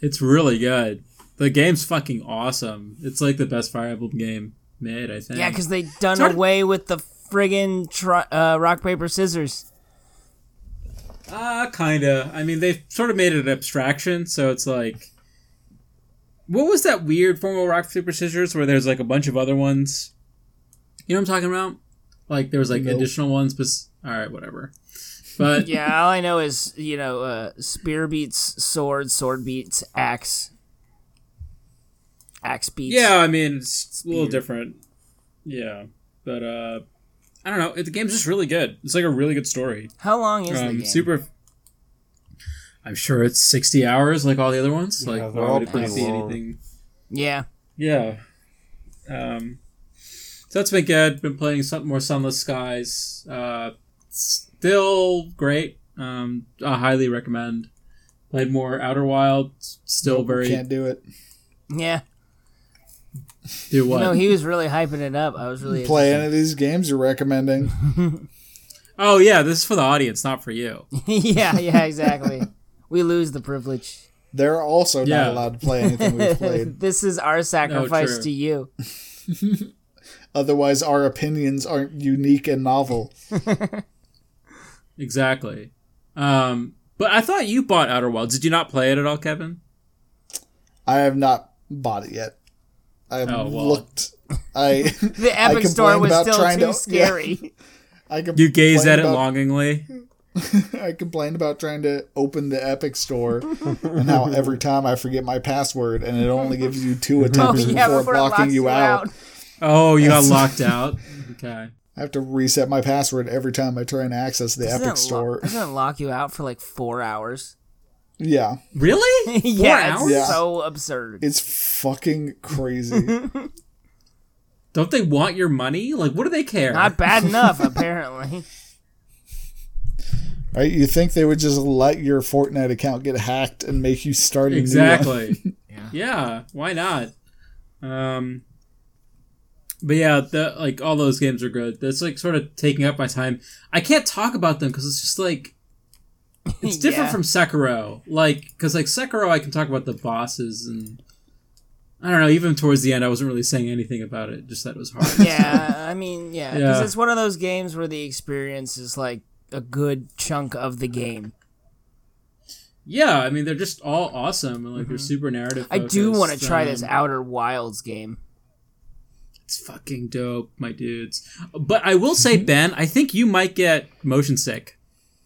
It's really good. The game's fucking awesome. It's like the best Fire Emblem game made, I think. Yeah, because they done Sort of- away with the friggin' tri- uh, rock paper scissors. Uh, kinda. I mean, they've sort of made it an abstraction, so it's like. What was that weird formal rock, paper, scissors where there's like a bunch of other ones? You know what I'm talking about? Like, there was like Nope. additional ones, but. Alright, whatever. But. Yeah, all I know is you know uh, spear beats sword, sword beats axe, axe beats. Yeah, I mean it's a little different. Yeah, but uh, I don't know. The game's just really good. It's like a really good story. How long is the Um, game? super. I'm sure it's 60 hours, like all the other ones. like they're why all would it not pretty be long. anything? yeah, Yeah. Um, so that's been good. Been playing some more Sunless Skies. Uh, still great. Um, I highly recommend. Played more Outer Wild. Still very Can't do it. yeah. do what? No, he was really hyping it up. I was really Play any of these games you're recommending. oh yeah, this is for the audience, not for you. yeah, yeah, exactly. we lose the privilege. They're also Yeah. not allowed to play anything we've played. this is our sacrifice true. to you. Otherwise, our opinions aren't unique and novel. Exactly. Um, but I thought you bought Outer Wilds. Did you not play it at all, Kevin? I have not bought it yet. I have Oh, well. looked. I The I Epic Store complained was about still trying too to- yeah. scary. I complained You gazed at it about- longingly. I complained about trying to open the Epic Store and how every time I forget my password and it only gives you two Oh attempts yeah, before, before it blocking locks you out. Oh, you got locked out. Okay. I have to reset my password every time I try and access the Doesn't it lo- Epic Store. doesn't it lock you out for like four hours? yeah, Really? Four yeah, hours? it's Yeah. so absurd. it's fucking crazy. Don't they want your money? Like, what do they care? Not bad enough, apparently. right? You think they would just let your Fortnite account get hacked and make you start a new one? exactly. yeah. Why not? Um. But yeah, the like all those games are good. That's like sort of taking up my time. I can't talk about them because it's just like it's different Yeah. from Sekiro. Like, because like Sekiro, I can talk about the bosses and I don't know. Even towards the end, I wasn't really saying anything about it. Just that it was hard. Yeah, I mean, yeah, because Yeah. it's one of those games where the experience is like a good chunk of the game. yeah, I mean they're just all awesome and like they're super narrative. Mm-hmm. I do want to focused, try this um, Outer Wilds game. It's fucking Mm-hmm. dope, my dudes. But I will say, Ben, I think you might get motion sick.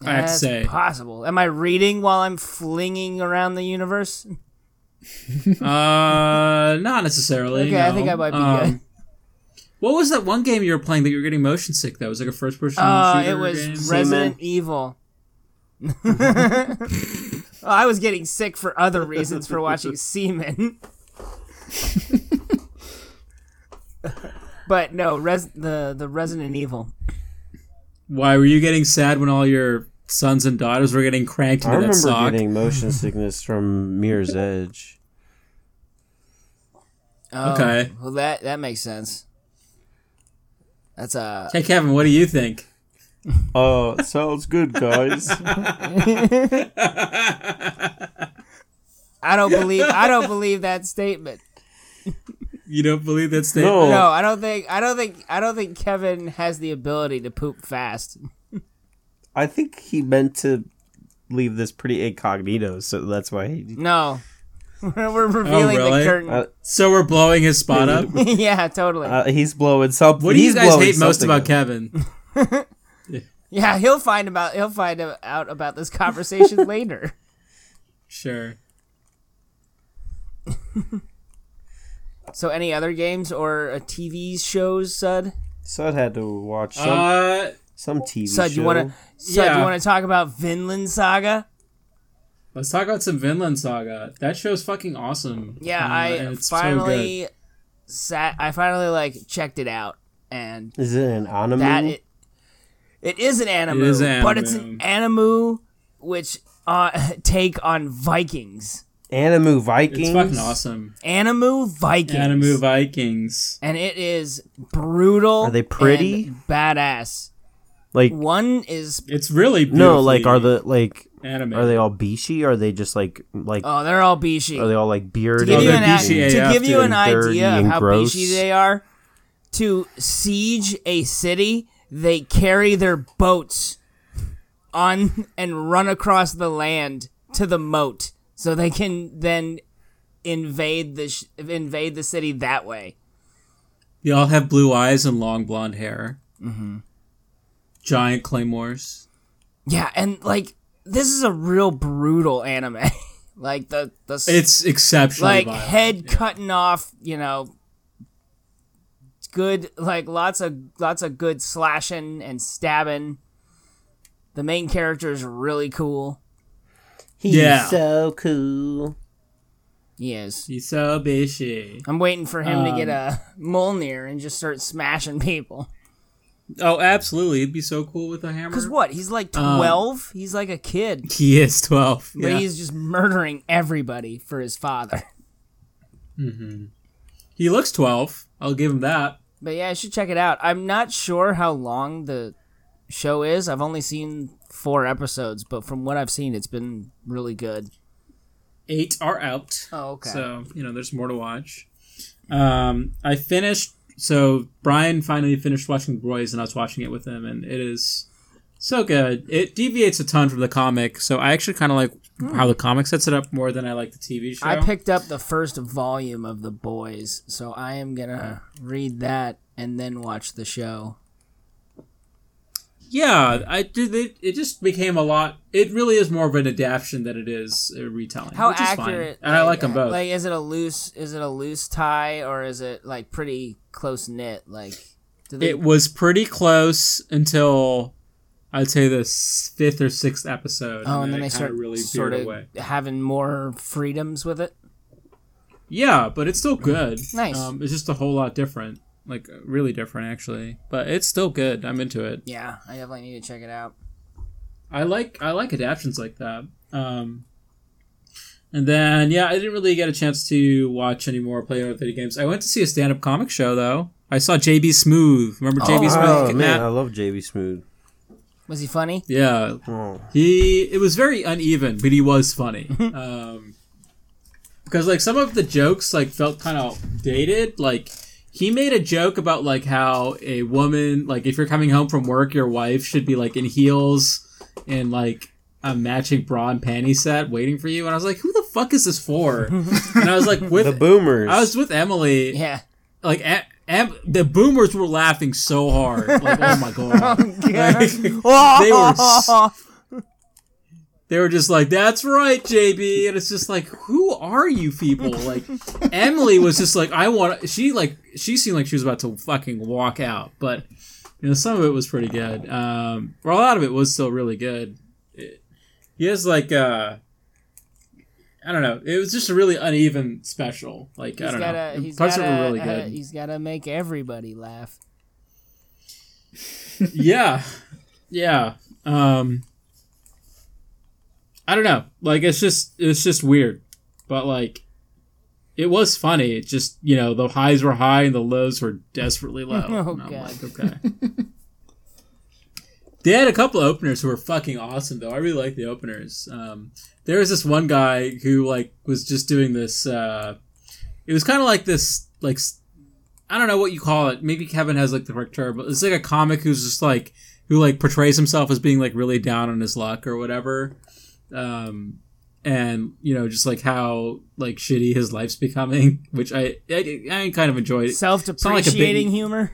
I have to That's say. possible. Am I reading while I'm flinging around the universe? Uh, not necessarily. Okay, I no. think I might be Um, good. What was that one game you were playing that you were getting motion sick? That was like a first person Uh, shooter it was game? Resident Evil. Well, I was getting sick for other reasons for watching Seaman. but no, res- the the Resident Evil. Why were you getting sad when all your sons and daughters were getting cranked I into that remember sock? getting motion sickness from Mirror's Edge. Oh, uh, Okay. Well, that that makes sense. That's uh Hey Kevin, what do you think? Oh, it sounds good, guys. I don't believe I don't believe that statement. You don't believe that statement? No. No, I don't think I don't think I don't think Kevin has the ability to poop fast. I think he meant to leave this pretty incognito, so that's why he. No. We're revealing really? the curtain. Uh, So we're blowing his spot up. yeah, totally. Uh, he's blowing something. What do you he's guys blowing hate most something about up. Kevin? yeah, he'll find about he'll find out about this conversation later. Sure. So, any other games or uh, TV shows, Sud? Sud had to watch some, Uh, some TV Sud, show. you want to? Sud, Yeah. you want to talk about Vinland Saga? let's talk about some Vinland Saga. That show's fucking awesome. Yeah, Uh, and I it's so finally sat. I finally like checked it out, and Is it an anime? that it, it is an anime, It is an but it's an anime which uh, take on Vikings, Animu good. Vikings. It's fucking awesome. anime Vikings, Anime Vikings. and it is brutal. Are they pretty? and badass? Like One is It's really no, like are beautifully the like anime. are they all bishi? Are they just like like oh, they're all bishi. are they all like bearded? give Oh, you they're an, i- beachy to AF, give you dude. an Dirty idea of and how gross. beachy they are, to siege a city, they carry their boats on and run across the land to the moat, so they can then invade the sh- invade the city that way. They all have blue eyes and long blonde hair. Mm-hmm. Giant claymores. Yeah, and like this is a real brutal anime. like the the s- It's exceptionally like violent. head cutting off you know good like lots of lots of good slashing and stabbing the main character is really cool He's Yeah. so cool. he is He's so bishy. i'm waiting for him to get a Mjolnir and just start smashing people Oh, absolutely. It'd be so cool with a hammer. because what he's like 12 he's like a kid He is 12. but yeah. he's just murdering everybody for his father He looks 12. I'll give him that. but yeah i should check it out i'm not sure how long the show is i've only seen four episodes but from what i've seen it's been really good Eight are out. Oh, okay. So, you know, there's more to watch. Um, I finished. So, Brian finally finished watching Roy's, and I was watching it with him, and it is so good. It deviates a ton from the comic, so I actually kind of like how the comic sets it up more than I like the TV show. Hmm. I picked up the first volume of The Boys, so I am gonna read that and then watch the show. Yeah, I did. It, it just became a lot. It really is more of an adaptation than it is a retelling. How which is fine. accurate? And I like them both. Like, is it a loose? Is it a loose tie, or is it like pretty close knit? Like, do they? it was pretty close until I'd say the s- fifth or sixth episode. oh, and then they it kinda start really sort veered of away. having more freedoms with it. Yeah, but it's still good. Nice. Um, it's just a whole lot different. Like really different, actually. But it's still good. I'm into it. Yeah, I definitely need to check it out. I like I like adaptions like that. Um, and then yeah, I didn't really get a chance to watch any more play over video games. I went to see a stand up comic show though. I saw JB Smooth. Remember JB Smooth? Oh Matt? man, I love JB Smooth. Was he funny? Yeah, Oh. he it was very uneven, but he was funny. um, because like some of the jokes like felt kind of dated. Like he made a joke about like how a woman like if you're coming home from work, your wife should be like in heels and like a matching bra and panty set waiting for you. And I was like, who the fuck is this for? and I was like, with The Boomers. I was with Emily. Yeah. Like a- Em- the boomers were laughing so hard. Like oh my god. Like, they were. s- They were just like, "That's right, JB," and it's just like, "Who are you people?" Like, Emily was just like, "I want." She like she seemed like she was about to fucking walk out, but you know, some of it was pretty good. Um, or a lot of it was still really good. It, he has like, uh, I don't know. It was just a really uneven special. Like, I He's don't gotta, know. he's Parts gotta, of it were really uh, good. he's gotta make everybody laugh. yeah yeah um i don't know like it's just it's just weird but like it was funny it just you know the highs were high and the lows were desperately low Oh, and i'm God. like okay they had a couple of openers who were fucking awesome though i really like the openers um there was this one guy who like was just doing this uh it was kind of like this like s- I don't know what you call it. Maybe Kevin has like the correct term, but it's like a comic who's just like who like portrays himself as being like really down on his luck or whatever, um, and you know just like how like shitty his life's becoming, which I I, I kind of enjoyed. it. Self-depreciating humor.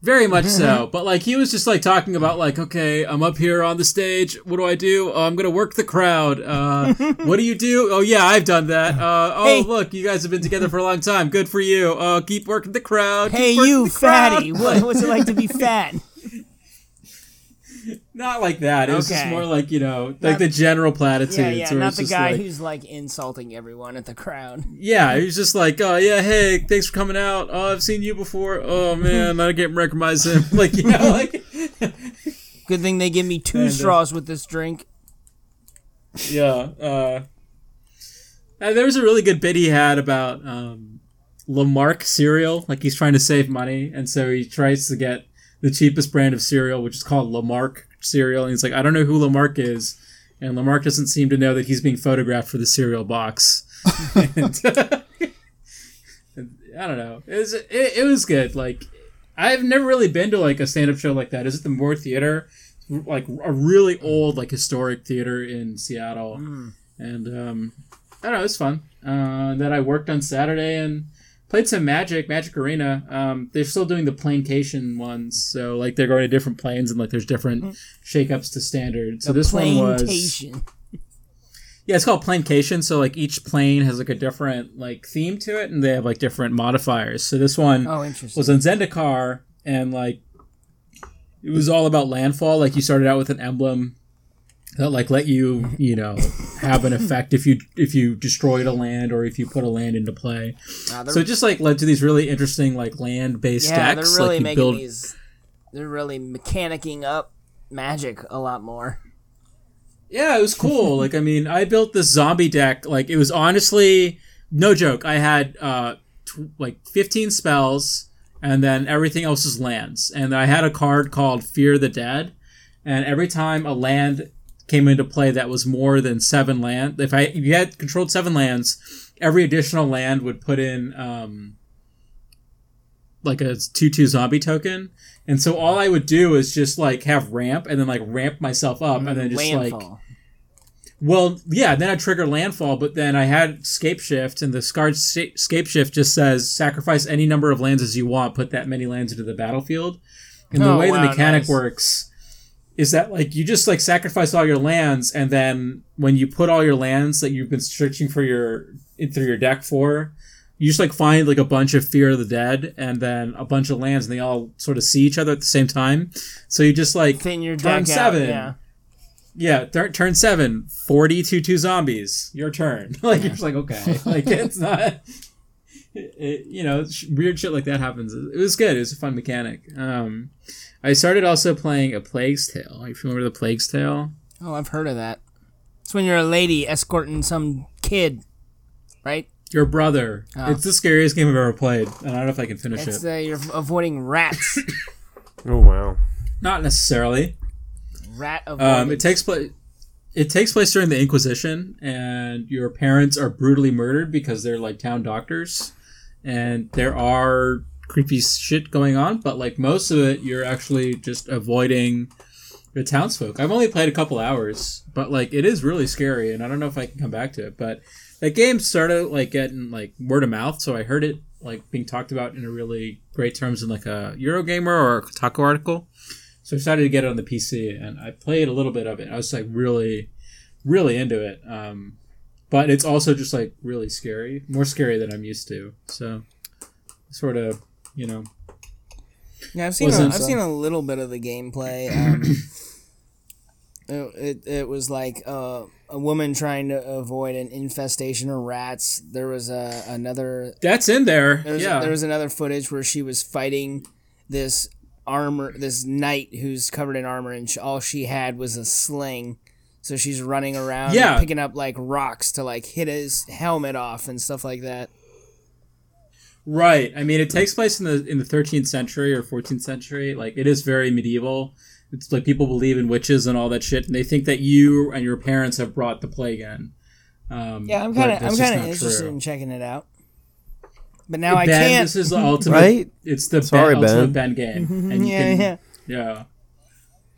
Very much so. But like he was just like talking about like, okay, I'm up here on the stage. What do I do? Oh, I'm gonna work the crowd. Uh, what do you do? Oh yeah, I've done that. Uh, oh Hey. look, you guys have been together for a long time. Good for you. Uh, keep working the crowd. Keep Hey, working you the crowd. fatty. What, what's it like to be fat? Not like that. It was just Okay. more like you know, like the general platitudes. yeah, yeah. where Not it's the just guy like- who's like insulting everyone at the crowd. Yeah, he was just like, oh yeah, hey, thanks for coming out. Oh, I've seen you before. Oh man, I can't recognize him. Like you know, like Good thing they give me two And, uh, straws with this drink. yeah. Uh, and there was a really good bit he had about um, Lamarck cereal. Like he's trying to save money, and so he tries to get the cheapest brand of cereal, which is called Lamarck cereal. And he's like, I don't know who Lamarck is, and Lamarck doesn't seem to know that he's being photographed for the cereal box. and, I don't know. It was it, it was good. Like I've never really been to like a stand up show like that. Is it the Moore Theater? Like a really old, like historic theater in Seattle, and um, I don't know. It was fun. Uh, that I worked on Saturday and played some Magic, Magic Arena. Um, they're still doing the plancation ones, so like they're going to different planes and like there's different shakeups to standard. So this one was Plantation. yeah, it's called plantation. So like each plane has like a different like theme to it, and they have like different modifiers. So this one Oh, interesting. was on Zendikar, and like it was all about landfall. Like you started out with an emblem that like let you you know have an effect if you if you destroyed a land or if you put a land into play. Wow, they're- So it just like led to these really interesting like land based yeah, decks. they're really like you making build- these. They're really mechanicking up magic a lot more. Yeah, it was cool. like, I mean, I built this zombie deck. Like, it was honestly no joke. I had uh, tw- like 15 spells, and then everything else is lands. And I had a card called Fear the Dead, and every time a land came into play that was more than seven land, if I if you had controlled seven lands, every additional land would put in um, like a two two zombie token. And so all I would do is just like have ramp and then like ramp myself up and then just like Landfall. well, yeah, then I trigger landfall, but then I had scape shift, and the scarred sca- scape shift just says sacrifice any number of lands as you want, put that many lands into the battlefield. And the Oh, way wow, the mechanic nice. works is that like you just like sacrifice all your lands, and then when you put all your lands that you've been searching for your in- through your deck for, you just like find like a bunch of fear of the dead, and then a bunch of lands, and they all sort of see each other at the same time. So you just like Thin your turn deck seven. out. Yeah. Yeah, tur turn seven, 42 two zombies. Your turn. Like you're just like okay, like it's not. It, it- you know, sh- weird shit like that happens. It was good. It was a fun mechanic. Um, I started also playing a Plague's Tale. If you remember the Plague's Tale, Oh, I've heard of that. It's when you're a lady escorting some kid, right? your brother. It's the scariest game I've ever played, and I don't know if I can finish It's it. uh, you're avoiding rats. Oh wow. Not necessarily. Rat of Um, it takes place. It takes place during the Inquisition, and your parents are brutally murdered because they're like town doctors, and there are creepy shit going on. But like most of it, you're actually just avoiding the townsfolk. I've only played a couple hours, but like it is really scary, and I don't know if I can come back to it. But that game started like getting like word of mouth, so I heard it like being talked about in a really great terms in like a Eurogamer or a Kotaku article. So I decided to get it on the PC, and I played a little bit of it. I was like really really into it. Um, but it's also just like really scary, more scary than I'm used to. So, sort of, you know, Yeah, I've seen a, Wasn't I've so- seen a little bit of the gameplay. Um, it, it it was like uh, a woman trying to avoid an infestation of rats. There was a, another that's in there. there was, yeah, there was another footage where she was fighting this armor this knight who's covered in armor and sh all she had was a sling. So she's running around and Yeah. picking up like rocks to like hit his helmet off and stuff like that. Right. I mean, it takes place in the in the 13th century or 14th century. Like it is very medieval. It's like people believe in witches and all that shit, and they think that you and your parents have brought the plague in. Um, Yeah, I'm but kind of I'm that's just kind of not interested true. in checking it out. But now I ben, can't. This is the ultimate. Right? It's the Sorry, ben, ultimate Ben. Ben game, and you yeah, can, yeah. yeah.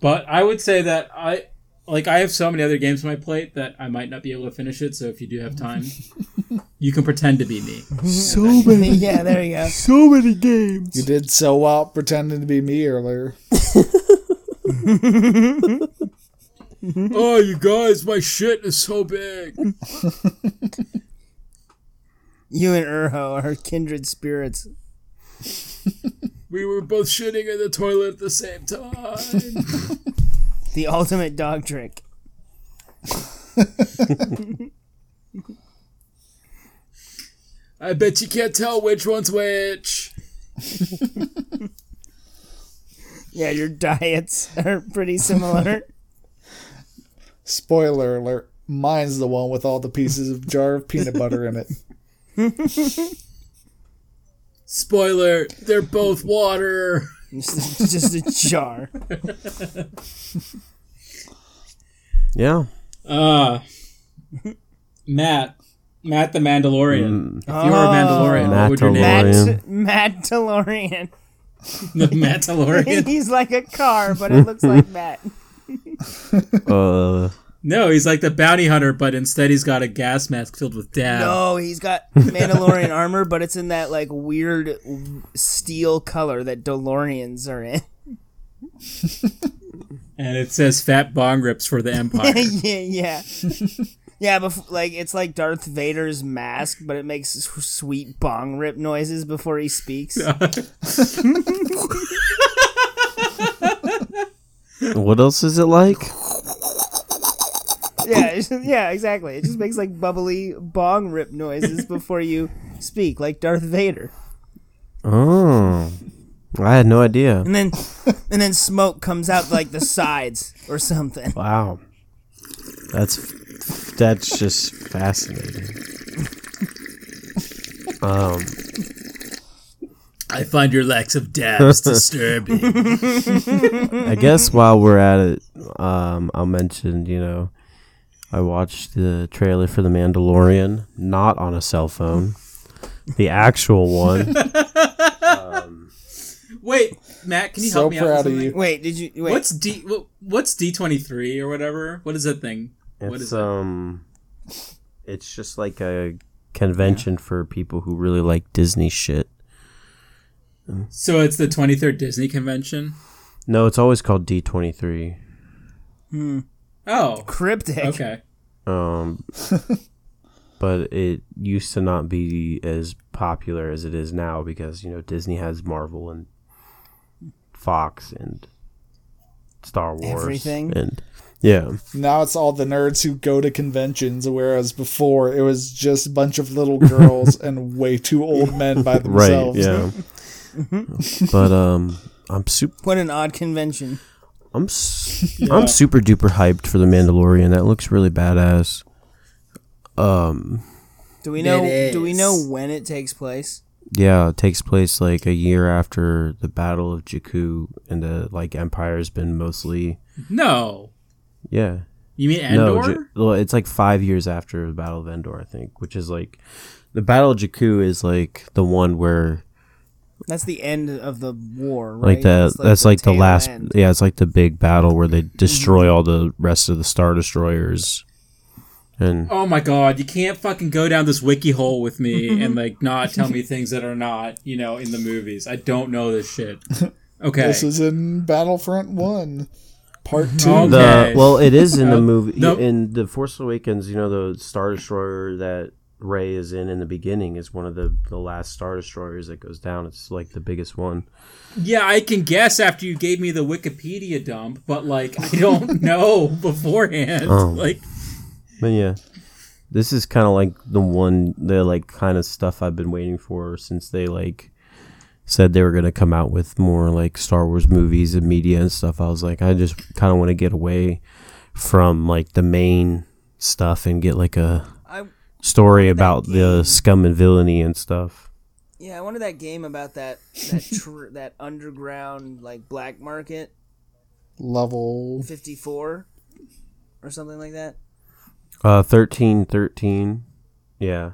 But I would say that I like I have so many other games on my plate that I might not be able to finish it. So if you do have time, you can pretend to be me. So many, yeah, there you go. so many games. You did so well pretending to be me earlier. oh, you guys, my shit is so big. You and Urho are kindred spirits. We were both shitting in the toilet at the same time. The ultimate dog trick. I bet you can't tell which one's which. Yeah, your diets are pretty similar. Spoiler alert. Mine's the one with all the pieces of jar of peanut butter in it. Spoiler, they're both water. just, just a jar. Yeah. Uh Matt. Matt the Mandalorian. If you were a Mandalorian, what would your name Mandalorian. Oh, yeah. Matt, Matt DeLorean. the Mandalorian? He's like a car, but it looks like Matt. Uh, No, he's like the bounty hunter, but instead he's got a gas mask filled with dab. No, Oh, he's got Mandalorian armor, but it's in that like weird steel color that DeLoreans are in. And it says fat bong rips for the Empire. yeah, yeah. Yeah, bef- like it's like Darth Vader's mask, but it makes s- sweet bong rip noises before he speaks. what else is it like? Yeah, it's- yeah, exactly. It just makes like bubbly bong rip noises before you speak, like Darth Vader. Oh, I had no idea. And then, and then smoke comes out like the sides or something. Wow, that's that's just fascinating. Um, I find your lacks of dabs disturbing. I guess Mm-hmm. while we're at it, um, I'll mention you know, I watched the trailer for The Mandalorian, not on a cell phone, the actual one. Wait, Matt, can you So help me out? with proud of something? you. Wait, did you wait? What's D? What, what's D twenty three or whatever? What is that thing? what It's is it? um, it's just like a convention for people who really like Disney shit. So it's the twenty third Disney convention. No, it's always called D twenty three. Oh, cryptic? okay. Um, but it used to not be as popular as it is now because you know Disney has Marvel and Fox and Star Wars, Everything. and yeah, Now it's all the nerds who go to conventions, whereas before it was just a bunch of little girls and way too old men by right, themselves. yeah. but um, I'm super, What an odd convention. I'm, s am super duper hyped for the Mandalorian. That looks really badass. Um, Do we know? It Do we know is. when it takes place? Yeah, it takes place like a year after the Battle of Jakku, and the like Empire's been mostly No, yeah. you mean Endor? No, Ja- well, it's like five years after the Battle of Endor, I think, which is like the Battle of Jakku is like the one where That's the end of the war, right? like that that's like the, tail last end. yeah, it's like the big battle where they Mm-hmm. destroy all the rest of the star destroyers, and oh my god, you can't fucking go down this wiki hole with me and like not tell me things that are not you know in the movies. I don't know this shit. Okay, This is in Battlefront 1. Part two. Oh, The Okay. well, it is in the movie Nope. in the Force Awakens. You know, the Star Destroyer that Ray is in in the beginning is one of the the last Star Destroyers that goes down. It's like the biggest one. Yeah, I can guess after you gave me the Wikipedia dump, but like I don't know beforehand. Oh. Like But yeah, this is kind of like the one the like kind of stuff I've been waiting for since they like said they were gonna come out with more like Star Wars movies and media and stuff. I was like, I just kind of want to get away from like the main stuff and get like a I story about the scum and villainy and stuff. yeah, I wanted that game about that that tr- that underground like black market Level. fifty four or something like that. Uh, thirteen, thirteen. Yeah,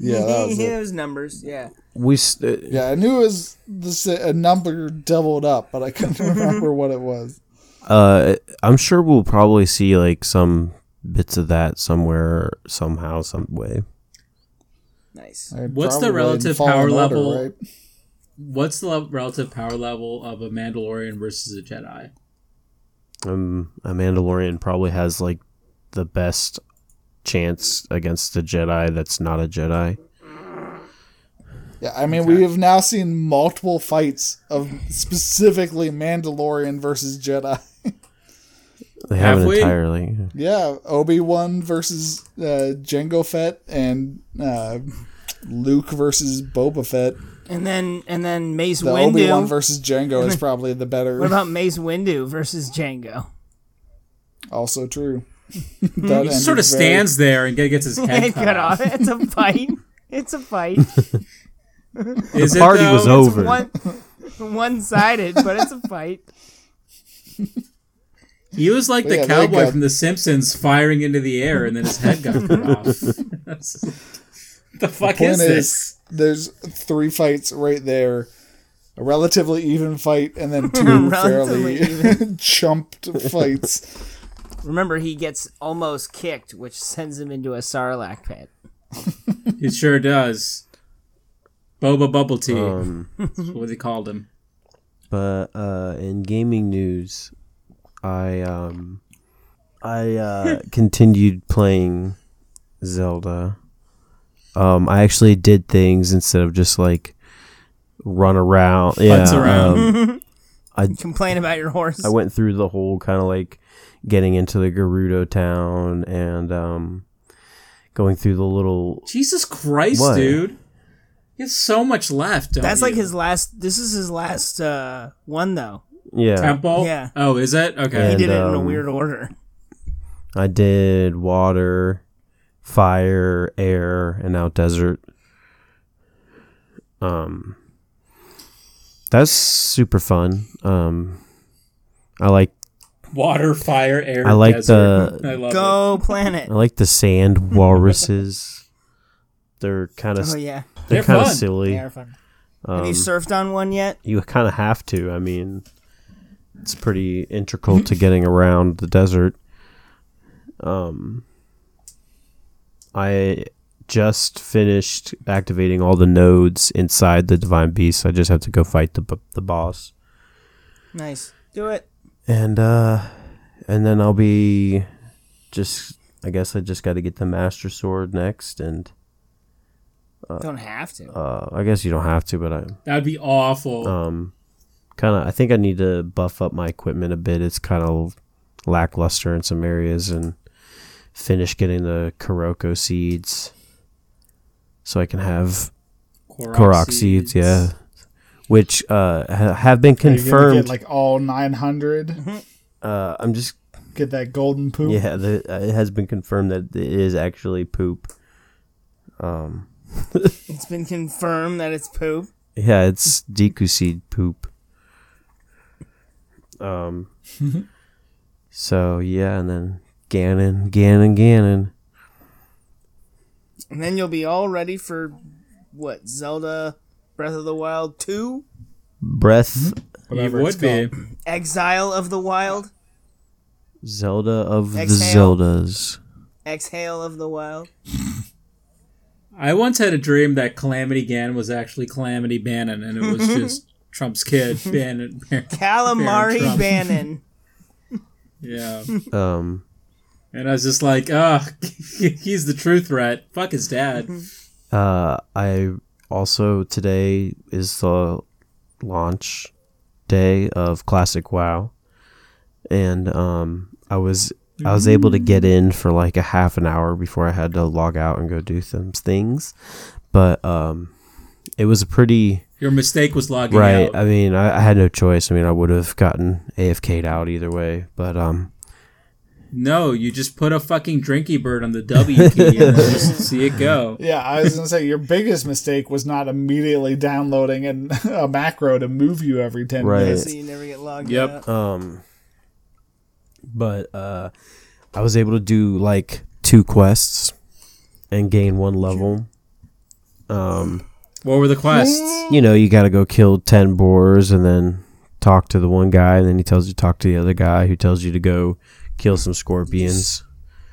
Yeah, that was it. Those numbers. Yeah. we. St- Yeah, I knew it was this a number doubled up, but I couldn't remember what it was. uh, I'm sure we'll probably see like some bits of that somewhere, somehow, some way. Nice. I'd What's the probably relative fall in power order, level? right? what's the le- relative power level of a Mandalorian versus a Jedi? Um, a Mandalorian probably has like the best chance against a Jedi that's not a Jedi. Yeah, I mean, we have now seen multiple fights of specifically Mandalorian versus Jedi. They haven't Have we? entirely. Yeah, Obi Wan versus uh, Jango Fett and uh, Luke versus Boba Fett. And then and then Mace The Windu. Obi Wan versus Jango is probably the better. what about Mace Windu versus Django? also true. that He sort of stands there and gets his head cut, Cut off. off. It's a fight. It's a fight. Is The it, party was though? over. One one sided, but it's a fight. He was like the Oh, Yeah, they cowboy got- from The Simpsons firing into the air and then his head got cut off. the fuck Point is this? is, there's three fights right there. A relatively even fight, and then two Relatively fairly chumped fights. Remember, he gets almost kicked, which sends him into a sarlacc pit. It sure does. Boba Bubble Tea. Um, That's what they called him. but uh, in gaming news, I um, I uh, continued playing Zelda. Um, I actually did things instead of just like run around. Putz yeah, around. um, Complain about your horse. I went through the whole kind of like getting into the Gerudo town and um, going through the little. Jesus Christ, What? dude. He has so much left. don't That's like you? his last. This is his last uh, one, though. Yeah, temple. Yeah. Oh, is it? Okay. He And, did it in a um, weird order. I did water, fire, air, and now desert. Um, that's super fun. Um, I like Water, fire, air. I like desert. the- I love it. Go planet. I like the sand walruses. They're kind of Oh yeah, they're They're kind of fun. silly. they are fun. Um, Have you surfed on one yet? you kind of have to. I mean, it's pretty integral to getting around the desert. Um, I just finished activating all the nodes inside the divine beast. I just have to go fight the b- the boss, Nice. Do it. and uh, and then I'll be just. I guess I just got to get the master sword next, and Don't have to. uh, I guess you don't have to, but I That'd be awful. um kind of i think i need to buff up my equipment a bit it's kind of lackluster in some areas and finish getting the Kuroko seeds so i can have Korok, Korok seeds, yeah which uh ha- have been confirmed Get like all 900. uh i'm just Get that golden poop. yeah the, uh, it has been confirmed that it is actually poop It's been confirmed that it's poop. yeah it's Deku seed poop um so yeah and then Ganon Ganon Ganon And then you'll be all ready for what? Zelda Breath of the Wild 2? Breath You Whatever it's would be. Exile of the Wild? Zelda of Exhale. the Zeldas. Exhale of the Wild? I once had a dream that Calamity Gannon was actually Calamity Bannon, and it was just Trump's kid, Bannon. Barron Calamari Trump. Bannon. Yeah. Um, And I was just like, ah, he's the true threat. Fuck his dad. uh, I also today is the launch day of Classic WoW, and um, I was I was able to get in for like a half an hour before I had to log out and go do some things, but um, it was a pretty Your mistake was logging right. out. I mean, I, I had no choice. I mean, I would have gotten AFK'd out either way, but um, no, you just put a fucking drinky bird on the W key and then just see it go. Yeah, I was gonna say your biggest mistake was not immediately downloading an, a macro to move you every ten Right. minutes. It's- So you never get logged Yep. out. Um, but uh, I was able to do like two quests and gain one level. Um, What were the quests? you know, you got to go kill ten boars and then talk to the one guy, and then he tells you to talk to the other guy, who tells you to go kill some scorpions.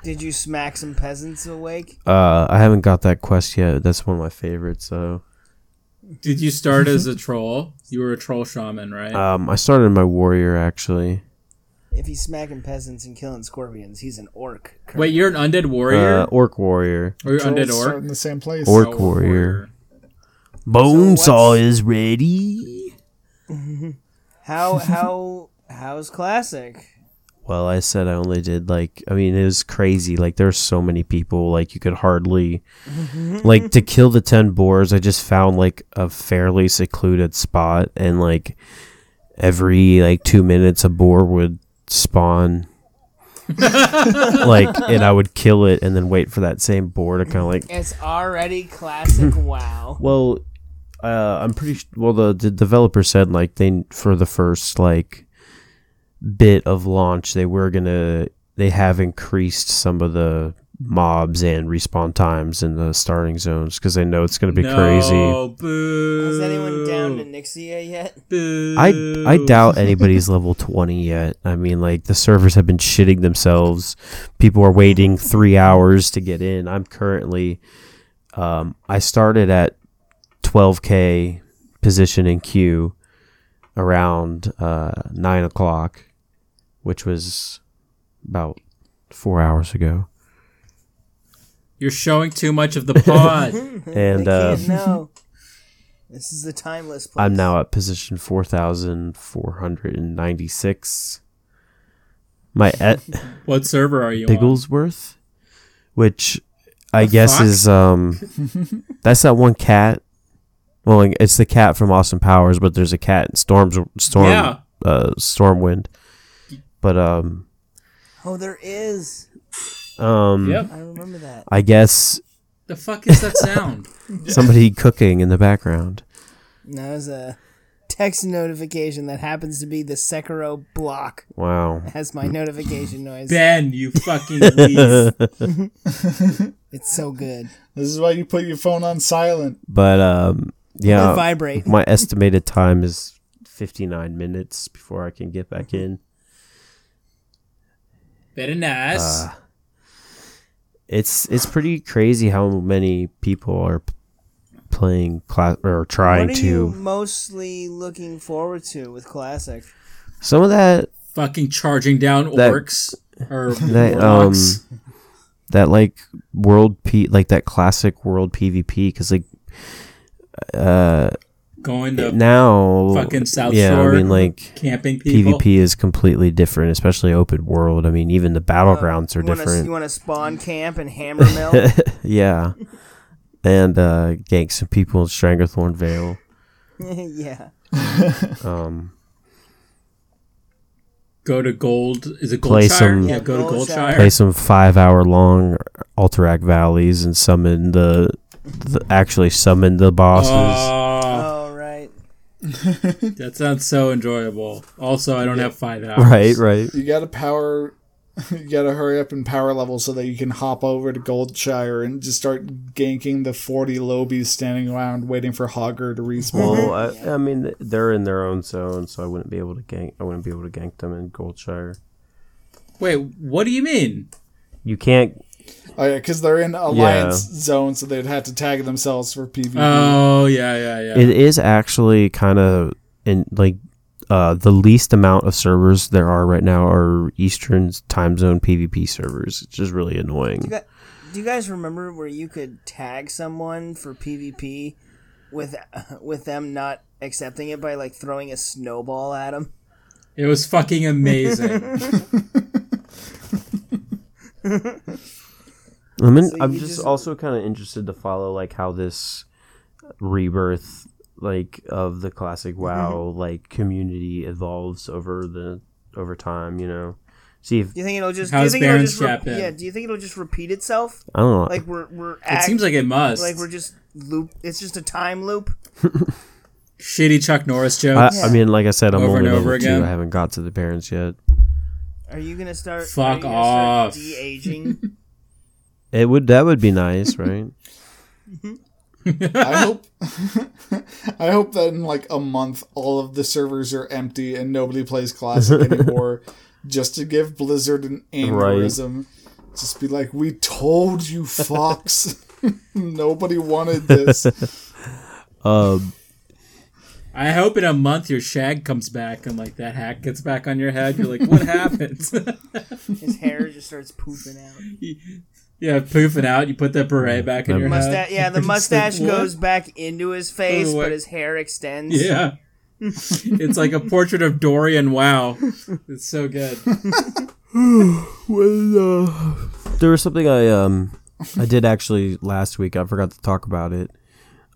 Did you smack some peasants awake? Uh, I haven't got that quest yet. That's one of my favorites. So, Did you start as a troll? You were a troll shaman, right? um, I started my warrior actually. If he's smacking peasants and killing scorpions, he's an orc. Wait, you're an undead warrior? Uh, orc warrior, or you're undead Trolls start orc? in the same place. Orc Oh, warrior. Bone saw what's- is ready. How how how's classic? Well, I said I only did like I mean it was crazy. Like there's so many people like you could hardly like to kill the 10 boars. I just found like a fairly secluded spot and like every like 2 minutes a boar would spawn like and I would kill it and then wait for that same boar to kind of like It's already classic. wow. well, uh, I'm pretty sh- well. The, the developer said like they for the first like bit of launch they were gonna they have increased some of the mobs and respawn times in the starting zones because they know it's gonna be no, crazy. Boo. Is anyone down to Nixia yet? Boo. I I doubt anybody's level twenty yet. I mean, like the servers have been shitting themselves. People are waiting three hours to get in. I'm currently, um, I started at twelve k position in queue around uh, nine o'clock, which was about four hours ago, You're showing too much of the pod. and they uh, can't know. This is a timeless place. I'm now at position 4,496. My e-, et what server are you on? Bigglesworth, which I guess is um, that's that one cat. Well, like, it's the cat from Austin Powers, but there's a cat in Storm's Storm Yeah. uh, Stormwind. But um, Oh, there is. um, Yep. I remember that. I guess The fuck is that sound? somebody cooking in the background. That was a text notification that happens to be the Sekiro block Wow. as my notification noise. ben, you fucking least. It's so good. This is why you put your phone on silent. But um, I yeah, vibrate. my estimated time is 59 minutes before I can get back in. Very Uh, nice. It's it's pretty crazy how many people are p- playing class or trying What are to. you mostly looking forward to with classic? Some of that fucking charging down That- orcs or that um orcs. that like world p like that classic world PvP because like uh going to now fucking South yeah Shore I mean like camping people. PvP is completely different, especially open world. I mean even the battlegrounds are You wanna, different. you want to spawn camp and hammer mill? yeah, and uh gank some people in Stranglethorn Vale. yeah. Um, Go to Gold. Is it Goldshire? Play some- yeah, go to Goldshire. Goldshire. play some five hour long Alterac valleys and summon the, the actually summon the bosses. Oh, All right. that sounds so enjoyable. Also, I don't have five hours. right, right. You gotta power. You gotta hurry up and power level so that you can hop over to Goldshire and just start ganking the forty lobies standing around waiting for Hogger to respawn. Well, I, I mean th- they're in their own zone, so I wouldn't be able to gank. I wouldn't be able to gank them in Goldshire. Wait, what do you mean? You can't. Oh yeah, because they're in alliance zone, so they'd have to tag Mm-hmm. themselves for PvP. Oh yeah, yeah, yeah. It is actually kind of in like uh, the least amount of servers there are right now are Eastern time zone PvP servers. It's just really annoying. got- Do you guys remember where you could tag someone for PvP with with them not accepting it by like throwing a snowball at them? It was fucking amazing. I'm, in, So I'm you just, just- also kind of interested to follow like how this rebirth like of the classic Mm-hmm. WoW like community evolves over the over time. You know, see if Do you think it'll just? do you How's think it'll Baron's just re- Chapin? yeah. Do you think it'll just repeat itself? I don't know. Like we're we're it act, seems like it must. like we're just loop. It's just a time loop. Shitty Chuck Norris I, jokes. I mean, like I said, I'm Over only and level over two. again. I haven't got to the parents yet. Are you gonna start? Fuck off. De aging. It would that would be nice, right? I hope I hope that in like a month all of the servers are empty and nobody plays classic anymore just to give Blizzard an aneurysm. Just be like, "We told you, Fox. nobody wanted this." Um, I hope in a month your shag comes back and like that hat gets back on your head. You're like, what happened? His hair just starts pooping out. yeah, poofing out. You put that beret back in your Mustache. head. Yeah, the It's like, mustache what? goes back into his face, Oh, what? but his hair extends. Yeah. it's like a portrait of Dorian. Wow, it's so good. well, uh, there was something I um I did actually last week. I forgot to talk about it.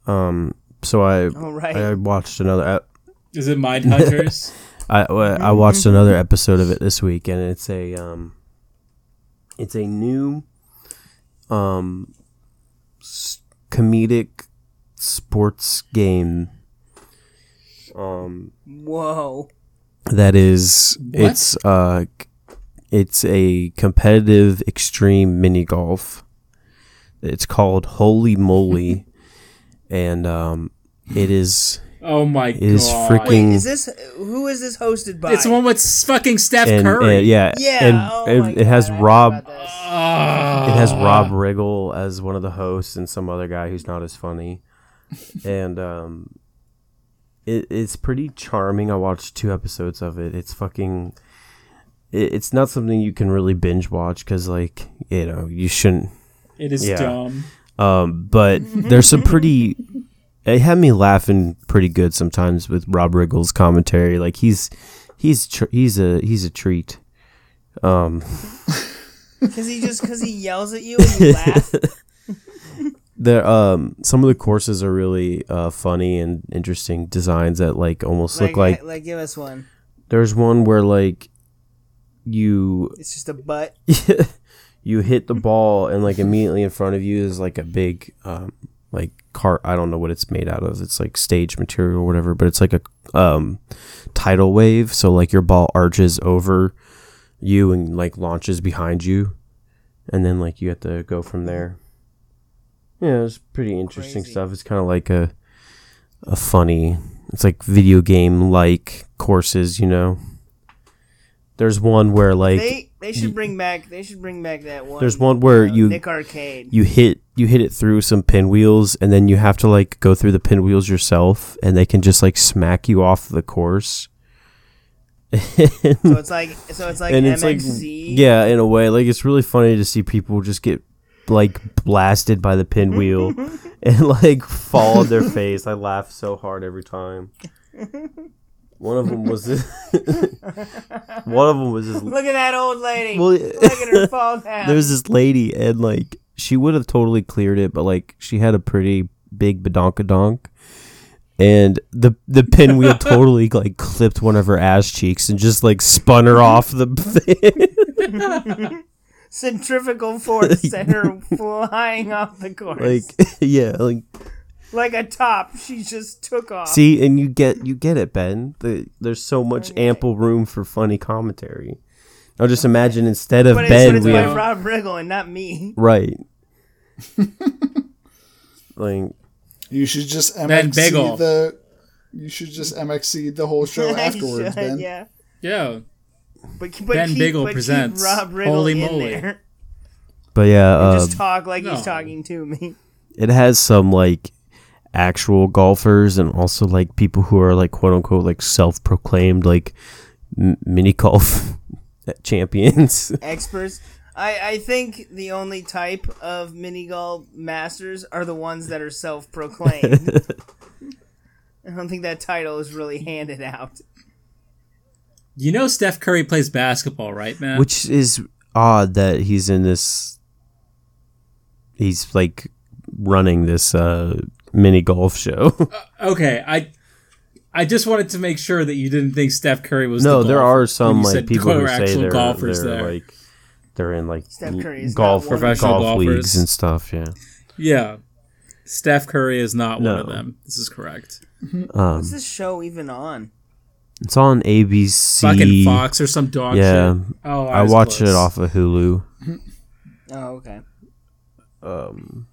Um, so I All right. I watched another. ep- Is it Mind Hunters? I I watched another episode of it this week, and it's a um, it's a new um, s- comedic sports game. Um, Whoa. that is it's uh, c- it's a competitive extreme mini golf. It's called Holy Moly, and um, it is Oh my it is god! freaking. Is this who is this hosted by? It's the one with fucking Steph and, Curry. and- yeah, Yeah. and oh it, my it has God, I Rob forgot about this. Ah. It has Rob Riggle as one of the hosts and some other guy who's not as funny. And um it, it's pretty charming. I watched two episodes of it. It's fucking it, it's not something you can really binge watch cuz like, you know, you shouldn't It is Yeah. dumb. um but there's some pretty it had me laughing pretty good sometimes with Rob Riggle's commentary. Like he's he's tr- he's a he's a treat. Um Cause he just cause he yells at you and you laugh. there um some of the courses are really uh funny and interesting designs that like almost like, look like like give us one. there's one where like you It's just a butt. you hit the ball and like immediately in front of you is like a big um like cart i don't know what it's made out of it's like stage material or whatever but it's like a um tidal wave so like your ball arches over you and like launches behind you and then like you have to go from there yeah it's pretty interesting Crazy. stuff it's kind of like a a funny it's like video game like courses you know there's one where like They they should bring back they should bring back that one. there's one where uh, you Nick Arcade. you hit you hit it through some pinwheels and then you have to like go through the pinwheels yourself and they can just like smack you off the course so it's like so it's like and it's like MXC. yeah in a way like it's really funny to see people just get like blasted by the pinwheel and like fall on their face i laugh so hard every time one of them was one of them was just Look at that old lady. well Look at her fall down. there was this lady and like she would have totally cleared it but like she had a pretty big badonkadonk and the the pinwheel totally like clipped one of her ass cheeks and just like spun her off the thing. Centrifugal force sent her flying off the course. like Like, yeah like a top, she just took off. see and you get you get it ben the, there's so much ample room for funny commentary now just imagine instead of but it's, but ben it's we by have Rob Riggle and not me. right like You should just Ben MXC Bagel. the you should just MXC the whole show afterwards, Should, Ben. Yeah. Yeah. But, but Ben keep, Biggle but keep presents Rob Riggle Holy in Moly. there. but yeah um, Just talk like no. he's talking to me. it has some like actual golfers and also like people who are like quote unquote like self proclaimed like m- mini golf champions. experts. I, I think the only type of mini golf masters are the ones that are self proclaimed. I don't think that title is really handed out. You know Steph Curry plays basketball, right, man? Which is odd that he's in this. He's like running this uh, mini golf show. Oh, okay, I I just wanted to make sure that you didn't think Steph Curry was no, the there golf- are when some you like said people there who are say actual they're, golfers they're, there. like they're in like Steph Curry is golf not one of golf Professional golfers. leagues and stuff. Yeah, yeah. Steph Curry is not one of No. them. This is correct. um, What's this show even on? it's on ABC. Fucking Fox or some dog Yeah, shit. Oh, I was watch close. it off of Hulu. Oh, okay. Um,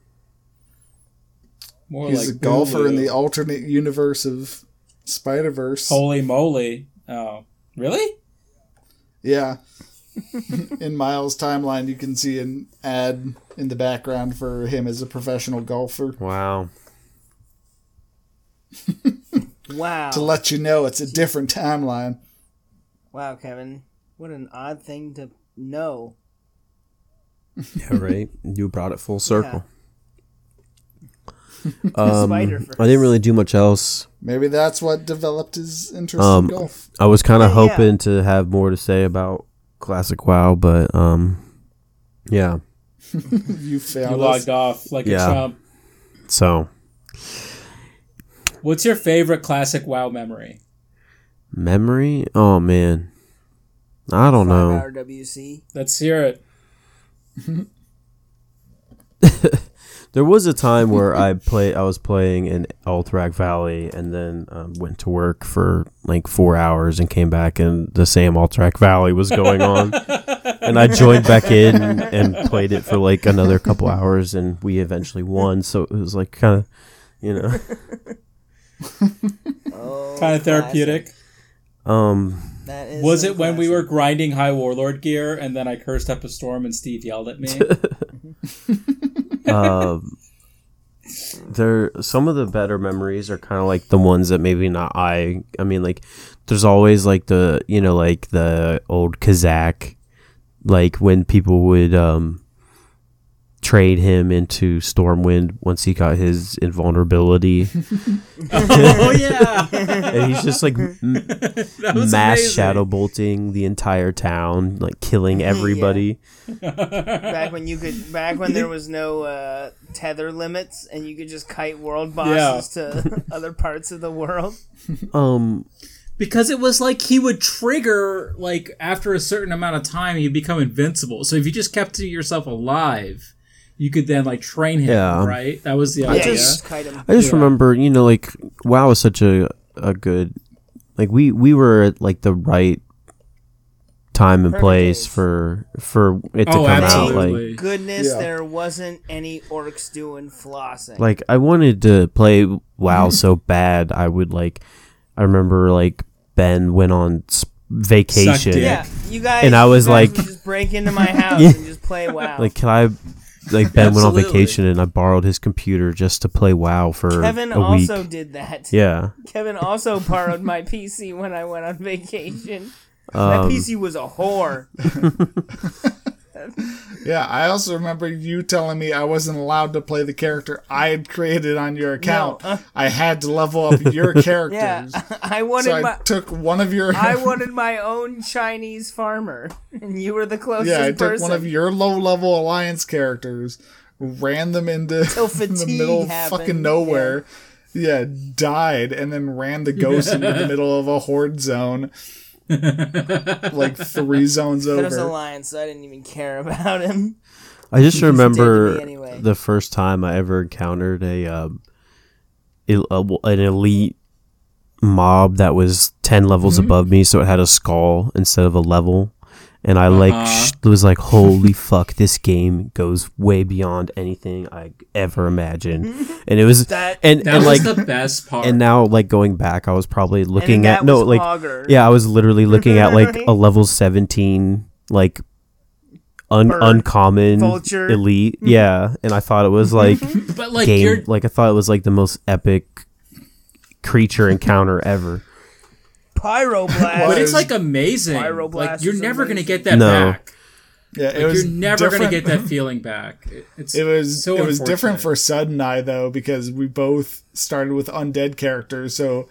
More He's like a golfer in Hulu. the alternate universe of Spider Verse. Holy moly! Oh, really? Yeah. in Miles' timeline, you can see an ad in the background for him as a professional golfer wow. Wow. to let you know it's a different timeline. Wow, Kevin. What an odd thing to know. Yeah, right. you brought it full circle. Spider-Verse. Um, I didn't really do much else. Maybe that's what developed his interest Um, in golf. I was kind of Yeah, yeah. hoping to have more to say about Classic WoW, but um, yeah. You You found us. logged off like Yeah. a chump. So What's your favorite classic WoW memory? memory. Oh man, I don't know. RWC. Let's hear it. There was a time where I play. I was playing in Alterac Valley, and then um, went to work for like four hours, and came back, and the same Alterac Valley was going on, and I joined back in and played it for like another couple hours, and we eventually won. So it was like kind of, you know. Oh, Kind of therapeutic. Um, classic. That is Was a it when we classic. were grinding High Warlord gear and then I cursed up a storm and Steve yelled at me? um, there some of the better memories are kind of like the ones that maybe not I. I mean, like there's always like the you know like the old Kazakh, like when people would um trade him into Stormwind once he got his invulnerability, oh, yeah. and he's just like m- That was mass amazing. shadow bolting the entire town, like killing everybody. back when you could back when there was no uh, tether limits and you could just kite world bosses to other parts of the world? Um, Because it was like he would trigger, like, after a certain amount of time, he'd become invincible. So if you just kept yourself alive, you could then, like, train him, Yeah. right? That was the Yeah, idea. you just kite 'em. I just Yeah. remember, you know, like WoW was such a a good, like we we were at like the right time and Perfect place age. for for it to oh, come out. Like absolutely. Goodness, Yeah. there wasn't any orcs doing flossing. like I wanted to play WoW so bad. I would like. I remember like Ben went on s- vacation. dick. yeah, you guys. And I you was guys like- would just break into my house and just play WoW. Like can I? Like Ben went on Absolutely. vacation and I borrowed his computer just to play WoW for Kevin a week. also did that. Yeah. Kevin also borrowed my PC when I went on vacation. Um, that PC was a whore. Yeah, I also remember you telling me I wasn't allowed to play the character I had created on your account. No, uh- I had to level up your characters. Yeah, I wanted So I my took one of your I wanted my own Chinese farmer, and you were the closest yeah, I took person. one of your low level alliance characters, ran them into in the fatigue middle of happened, fucking nowhere. Yeah. died and then ran the ghost into the middle of a horde zone, like three zones But it was over. Alliance, so I didn't even care about him. I just remember taking me anyway. the first time I ever encountered a, um, il- a w- an elite mob that was ten levels Mm-hmm. above me, so it had a skull instead of a level, and I like Uh-huh. sh- was like, "Holy fuck! This game goes way beyond anything I ever imagined," and it was That- and That and was like the best part. and now like going back, I was probably looking and that at no was like Augur. yeah, I was literally looking at like a level 17 like un- Bird. uncommon Vulture. elite. Yeah, and I thought it was like But like game. you're Like I thought it was like the most epic creature encounter ever. Pyroblast. but it's like amazing. Pyroblast Like you're is never gonna amazing. get that No. back. Yeah, it Like, was you're never different- gonna get that feeling back. It, it's It was so it was different unfortunate. for Sud and I though because we both started with undead characters. So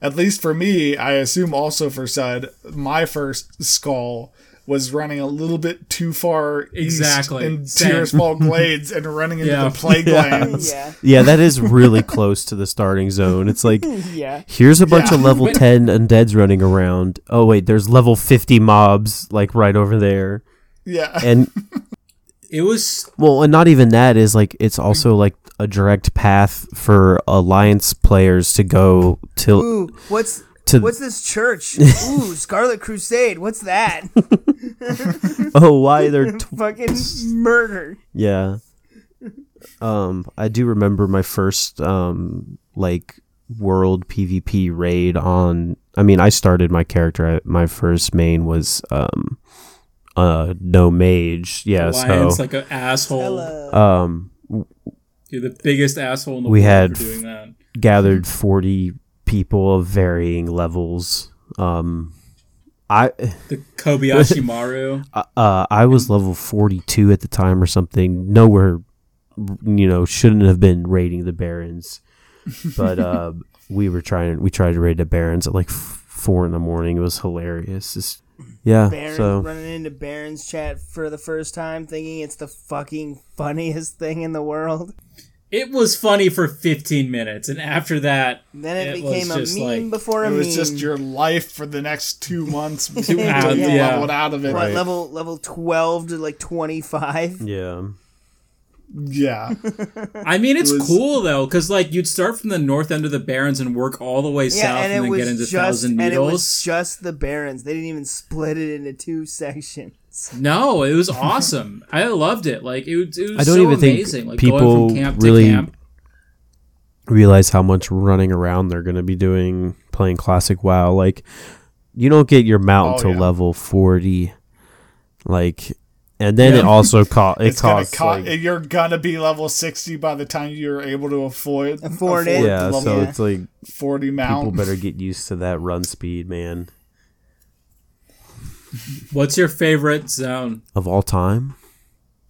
at least for me, I assume also for Sud, my first skull was running a little bit too far Exactly. east in Same. Tears Fall Glades and running into Yeah. the plague Yeah. lands. yeah, Yeah, that is really close to the starting zone. It's like yeah. here's a bunch Yeah. of level But- 10 undeads running around. Oh wait, there's level 50 mobs like right over there. Yeah. And It was Well, and not even that is like it's also like a direct path for alliance players to go to Ooh, what's to what's this church? Ooh, Scarlet Crusade. What's that? oh why they're t- Fucking murder. yeah. Um, I do remember my first um like world PvP raid on. I mean, I started my character. I, my first main was um uh no mage. Yeah, Alliance so like an asshole. um You're the biggest asshole in the We world had- for doing that. gathered 40 people of varying levels. Um, I. The Kobayashi Maru. uh, I was level 42 at the time or something. Nowhere, you know, shouldn't have been raiding the barons, but uh, we were trying. We tried to raid the barons at like f- four in the morning. It was hilarious. Just, yeah. Baron so running into Baron's chat for the first time, thinking it's the fucking funniest thing in the world. It was funny for 15 minutes, and after that, Then it, It was became a just meme like- before a it meme. was just your life for the next two months until you hours, yeah. leveled out of it. what Right. level level twelve to like twenty five. yeah, Yeah. I mean, it's was- cool though, because like you'd start from the north end of the Barrens and work all the way Yeah, south, and and, it then get into was just Thousand and it was Needles. just the Barons. They didn't even split it into two sections. no, it was awesome. I loved it. Like it, was- it was I don't so even think amazing. Like people going from camp really- to camp. realize how much running around they're gonna be doing playing classic WoW. Like, you don't get your mount Oh, until yeah. level 40, like, and then it Yeah. also cost. It It's gonna costs. co- like, you're gonna be level sixty by the time you're able to afford Afford it. yeah, the so level it's like forty people mount. better get used to that run speed, man. What's your favorite zone? Of all time?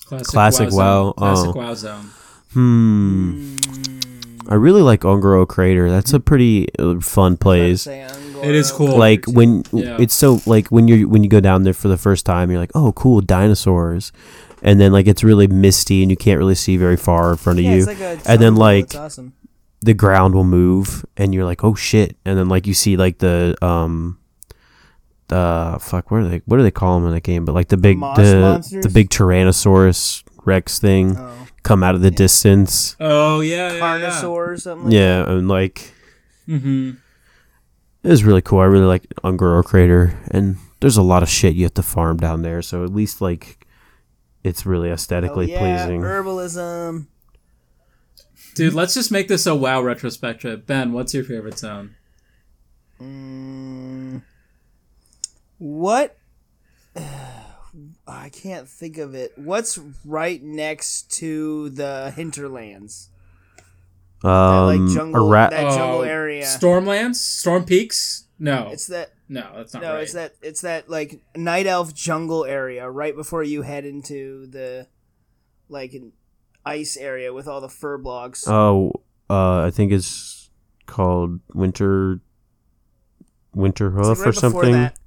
Classic, Classic WoW. WoW, Zone. Classic oh. WoW zone. Hmm. I really like Ongoro Crater. That's a pretty uh, fun place. Say Angora. It is cool. Like when Yeah. it's so like when you when you go down there for the first time, you're like, oh, cool, dinosaurs, and then like it's really misty and you can't really see very far in front of Yeah, you. it's like a jungle. and then like It's awesome. the ground will move and you're like, oh shit, and then like you see like the um. Uh, fuck. What are they? What do they call them in that game? But like the big, Moss the, monsters? the big Tyrannosaurus Rex thing Oh. come out of the distance. Oh yeah, yeah, yeah. Carnosaur or something. Like Yeah, and like Mm-hmm. it was really cool. I really liked Ungoro Crater, and there's a lot of shit you have to farm down there. So at least like it's really that. Oh, aesthetically yeah, pleasing. herbalism. Dude, let's just make this a WoW retrospective. Ben, what's your favorite zone? Mm, what? I can't think of it. What's right next to the hinterlands? That, um, like jungle, Ara- that jungle Oh, area. Stormlands, Storm Peaks. No, it's that no, that's not no, right. it's that it's that like night elf jungle area right before you head into the like an ice area with all the fur blocks. oh, uh, I think it's called Winter Winter It's, like, Hoof right before or something. that.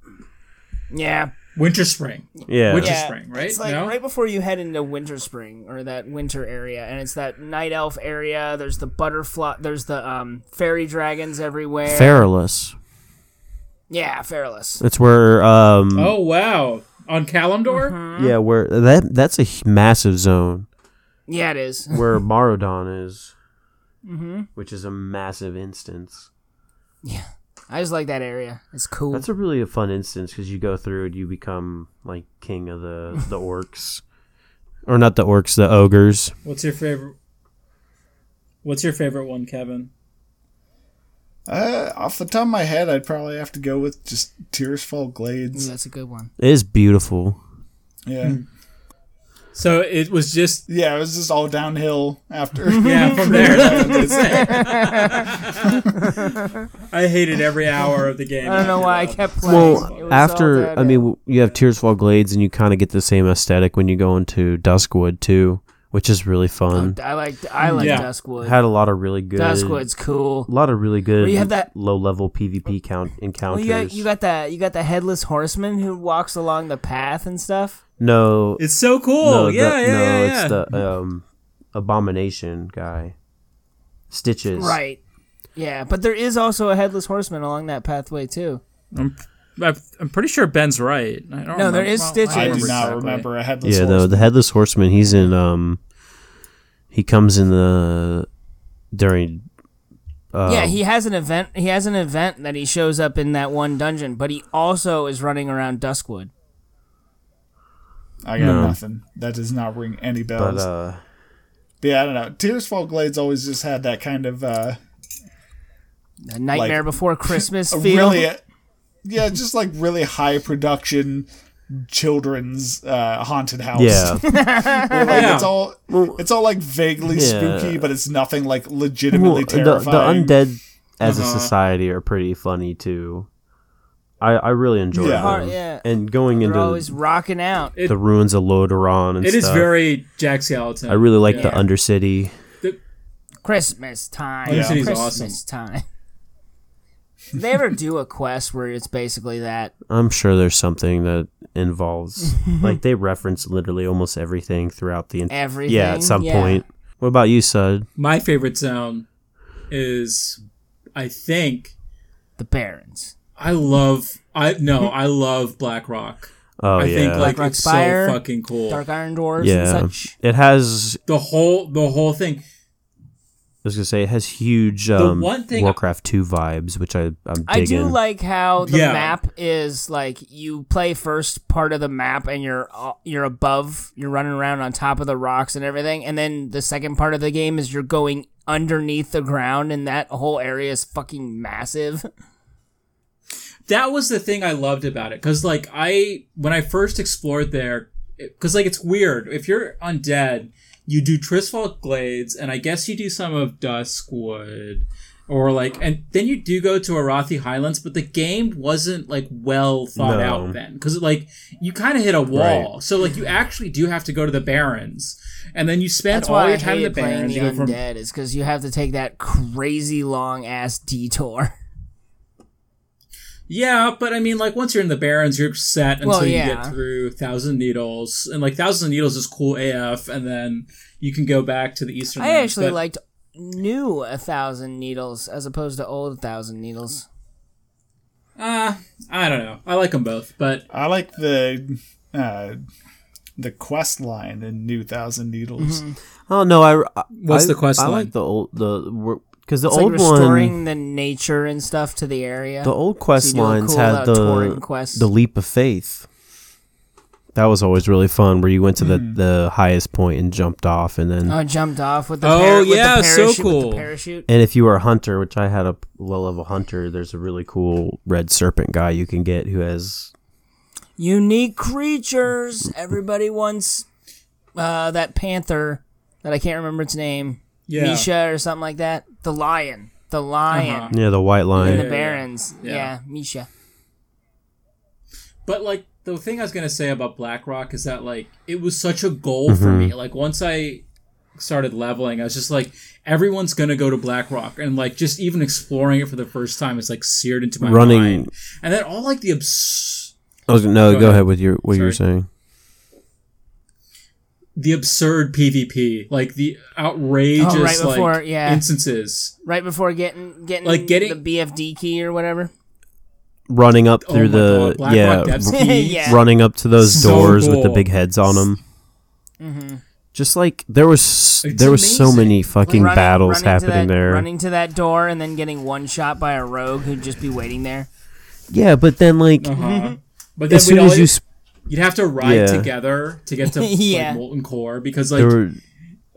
Yeah. Winter Spring. Yeah, Winter Yeah. Spring, right? It's like no? right before Before you head into Winter Spring or that winter area, and it's that night elf area. There's the butterfly. There's the um, fairy dragons everywhere. Feralus. yeah, Fairless. That's where um Oh wow, on Kalimdor. Uh-huh. yeah where that that's a h- massive zone Yeah, it is. where Marodon is, Mm-hmm. which is a massive instance. I just like that area. It's cool. That's a really a fun instance because you go through and you become like king of the the orcs, or not the orcs, the ogres. What's your favorite? What's your favorite one, Kevin? Uh, off the top of my head, I'd probably have to go with just Tears Fall Ooh, Glades. that's a good one. It is beautiful. Yeah. So it was just Yeah, it was just all downhill after. yeah from there. that's what they say. I hated every hour of the game. I don't know why I kept playing. It Well, was all after bad. I mean, w- you have Tears Fall Glades, and you kind of get the same aesthetic when you go into Duskwood too, which is Oh, really fun. I like I like Yeah. Duskwood. Had a lot of really good, Duskwood's cool. a lot of really good Well, you have that- low level PvP count Well, encounters. you got you got that you got the headless horseman who walks along the path and stuff. no, It's so cool. no, yeah, the- yeah, no, yeah, yeah. it's the um, abomination guy, Stitches. Right. Yeah, but there is also a headless horseman along that pathway too. I- I'm pretty sure Ben's right. I don't No, remember- there is well, Stitches. don't I do remember not exactly. remember a headless Yeah, no, horseman. the headless horseman. He's in. Um, he comes in the during. Uh, yeah, he has an event. He has an event that he shows up in that one dungeon, but he also is running around Duskwood. I got nothing. That does not ring any but bells. But, uh, yeah, I don't know. Tears Fall Glades always just had that kind of uh, A Nightmare Like, Before Christmas a feel. really, yeah, just like really high production children's uh, haunted house. yeah, Like, Yeah. it's all it's all like vaguely Yeah. spooky, but it's nothing like Well, legitimately the, the terrifying. undead as Uh-huh. a society are pretty funny too. I I really enjoy Yeah. them. Are- yeah. And going They're into always rocking out. It- the ruins of Lodoron and It stuff. is very Jack Skeleton. I really like the Yeah. Undercity. Christmas time. Yeah. City's Christmas awesome. time. Did they ever do a quest where it's basically that? I'm sure there's something that involves like they reference literally almost everything throughout the entire Everything. yeah at some point. What about you, Sud? My favorite zone is, I think, The Barons. I love. I no, I love Black Rock. Oh I yeah, think like Rock it's Spire, so fucking cool. Dark Iron Dwarves yeah. and such. It has The whole the whole thing. I was gonna say it has huge um, one thing- Warcraft two vibes, which I I'm digging. I do like how the Yeah. map is like you play first part of the map and you're uh, you're above, you're running around on top of the rocks and everything, and then the second part of the game is you're going underneath the ground and that whole area is fucking massive. That was the thing I loved about it because like I when I first explored there, because like it's weird if you're undead, you do Tristfall Glades, and I guess you do some of Duskwood. Or like, and then you do go to Arathi Highlands, but the game wasn't like well thought No. out then, because like you kind of hit a wall. So like you actually do have to go to the Barrens, and then you spend That's all why I your time in the hated playing Barrens. the You go from undead is because you have to take that crazy long ass detour. Yeah, but I mean, like once you're in the Barrens, you're set until Well, you yeah. get through Thousand Needles, and like Thousand Needles is cool AF, and then you can go back to the Eastern. I Lands, actually but liked new a thousand needles as opposed to old a thousand needles. uh, I don't know. I like them both, but I like the uh, the quest line in New Thousand Needles. Oh no, I. I- What's I- the quest I line? like the old the because the It's old like restoring one, the nature and stuff to the area. the old So quest you do a lines cool, had uh, the touring quest. the leap of faith. That was always really fun, where you went to the, Hmm. the highest point and jumped off, and then Uh, Oh, I jumped off with the Oh, par- yeah, with the so parachute, With cool. the parachute. and if you were a hunter, which I had a low level hunter, there's a really cool red serpent guy you can get who has Unique creatures. Everybody wants uh, that panther that I can't remember its name, yeah, Misha or something like that. The lion, the lion, Uh-huh. yeah the white and lion. the yeah, barons. yeah. Yeah. Yeah. Misha. But like the thing I was gonna say about BlackRock is that like it was such a goal for me. Like once I started leveling, I was just like, everyone's gonna go to BlackRock, and like just even exploring it for the first time is like seared into my Running- mind. And then all like the abs- I was no, Go go, ahead. ahead. with your what you were Sorry. saying. the absurd PvP, like the outrageous Oh, right before, like yeah. instances. Right before getting getting Like, getting- the BFD key or whatever. Running up through oh my the God, Black yeah, Rock Depths r- key. Yeah. running up to those So doors with the cool. big heads on them. Mm-hmm. Just like there was, It's there was so amazing. many fucking Running- battles running to happening that- there. Running to that door and then getting one shot by a rogue who'd just be waiting there. Yeah, but then like Uh-huh. But then as we'd soon as you, always, sp- you would have to ride Yeah. together to get to Yeah. like, molten core because like there were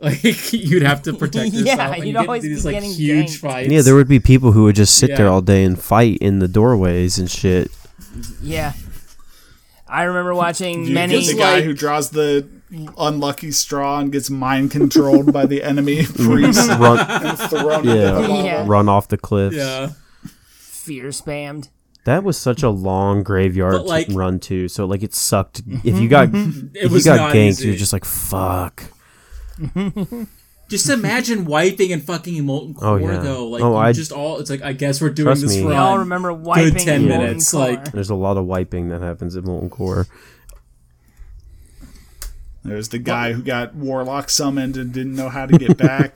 like you'd have to protect Yeah, yourself. and you'd you get always these be like getting huge ganked. fights. yeah, there would be people who would just sit there Yeah. all day and fight in the doorways and shit. Yeah. I remember watching You many get the guy like- who draws the unlucky straw and gets mind controlled by the enemy priest Run, and thrown Yeah. into the lava. Yeah. run off the cliffs. Yeah. Fear spammed. That was such a long graveyard But, like- to run to. So like it sucked. If Mm-hmm. you got if you was got not ganked, easy. you're just like fuck. Just imagine wiping and fucking molten core Oh, yeah. though. Like Oh, you I- just all it's like I guess we're doing Trust this me. wrong. We We all remember wiping Good 10 and minutes, Golden like- Core. There's a lot of wiping that happens at Molten Core. There's the guy who got warlock summoned and didn't know how to get back.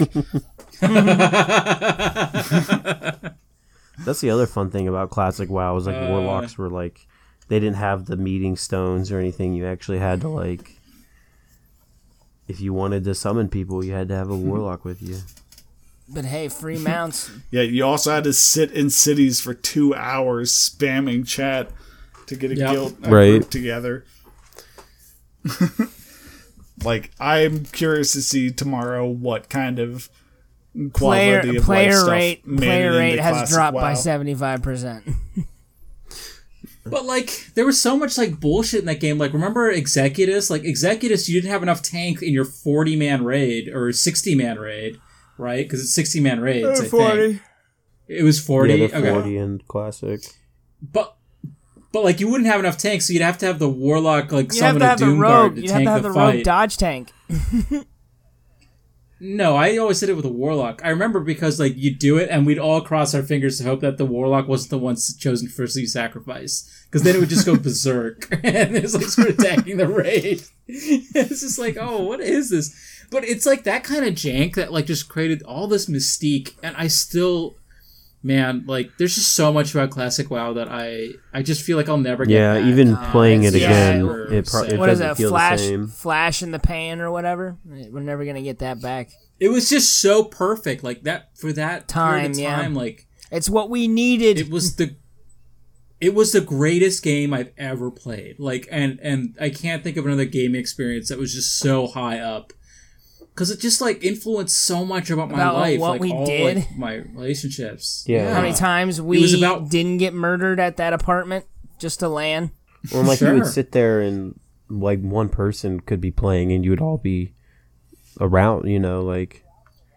That's the other fun thing about classic WoW is like warlocks were like they didn't have the meeting stones or anything. You actually had to like if you wanted to summon people, you had to have a warlock with you. But hey, free mounts. yeah, you also had to sit in cities for two hours spamming chat to get a Yep. guild a Right. group together. like, I'm curious to see tomorrow what kind of player quality of life player stuff rate made it player into rate has Classic dropped WoW. by seventy five percent. But like there was so much like bullshit in that game. Like remember Executus? Like Executus, you didn't have enough tank in your forty man raid or sixty man raid, right? Because it's sixty man raids. I think it was forty. Yeah, they're okay, 40 and classic. but but like you wouldn't have enough tanks, so you'd have to have the warlock like You have summon to have a the doom guard rogue. to You have tank to have the, the, rogue fight. dodge tank. No, I always did it with a warlock. I remember because like you do it, and we'd all cross our fingers to hope that the warlock wasn't the one s- chosen for the sacrifice, because then it would just go berserk and it's like sort of attacking the raid. it's just like, oh, what is this? But it's like that kind of jank that like just created all this mystique, and I still, man, like there's just so much about classic WoW that I I just feel like I'll never get. Yeah, back. even playing it it's- again, yeah, it, pro- it it What is doesn't that? feel Flash, the same. flash in the pan or whatever. We're never gonna get that back. it was just so perfect, like that for that time, Time, yeah. time, like. It's what we needed. it was the it was the greatest game I've ever played. Like and and I can't think of another gaming experience that was just so high up. Cuz it just like influenced so much about my About life, what like we all did? like, my relationships. Yeah. How many times we was about- didn't get murdered at that apartment just to land? Or like you Sure. would sit there and like one person could be playing and you would all be around, you know, like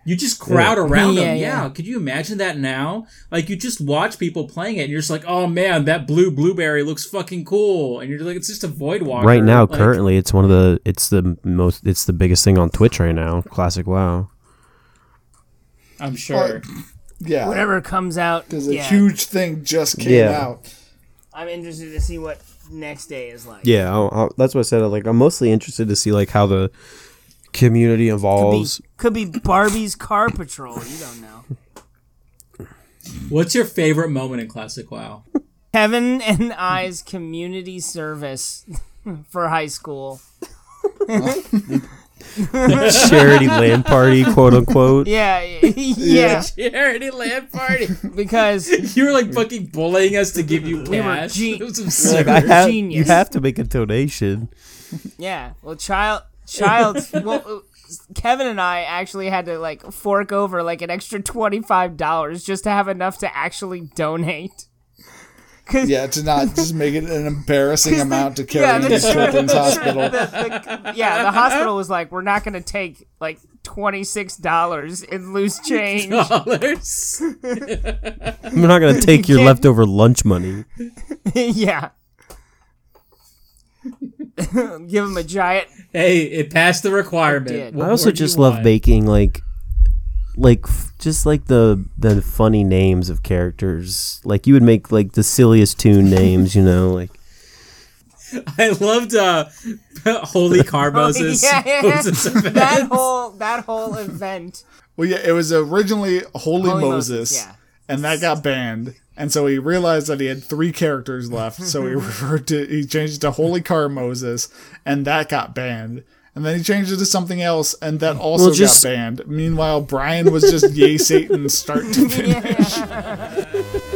You just crowd around Yeah, them. Yeah. yeah. Could you imagine that now? Like you just watch people playing it and you're just like, "Oh man, that blue blueberry looks fucking cool." And you're like, "It's just a void walker." right now Like, currently it's one of the it's the most it's the biggest thing on Twitch right now, classic WoW. I'm sure. Yeah. Whatever comes out. Because a Yeah, huge thing just came Yeah. out. I'm interested to see what next day is like. Yeah, I'll, I'll, that's what I said. Like I'm mostly interested to see like how the community could be, evolves. could be Barbie's car patrol. You don't know. What's your favorite moment in classic WoW? Kevin and I's community service for high school. Charity land party, quote unquote. Yeah, yeah, yeah. Charity land party. because You were Mm. like fucking bullying us to give you were cash. ge- It was absurd. Like I have, you Genius. have to make a donation. yeah, well, child, child, well, Kevin and I actually had to like fork over like an extra twenty five dollars just to have enough to actually donate. Cause Yeah, to not just make it an embarrassing amount to carry yeah, into that's- Children's Hospital. the, yeah, the hospital was like, we're not gonna take like twenty six dollars in loose change. Dollars. I'm not gonna take your can't- leftover lunch money. yeah. Give him a giant hey, it passed the requirement. It did. What I also more do just you love want? making like like f- just like the the funny names of characters. Like you would make like the silliest tune names, you know, like I loved uh, Oh, Holy Carbosis. yeah, yeah, yeah. yeah. that whole that whole event. Well, yeah, it was originally Holy, Holy Moses, Moses, yeah. and that got banned. And so he realized that he had three characters left, so he referred to he changed it to Holy Car Moses, and that got banned. And then he changed it to something else, and that also Well, just- got banned. Meanwhile, Brian was just Yay Satan start to finish.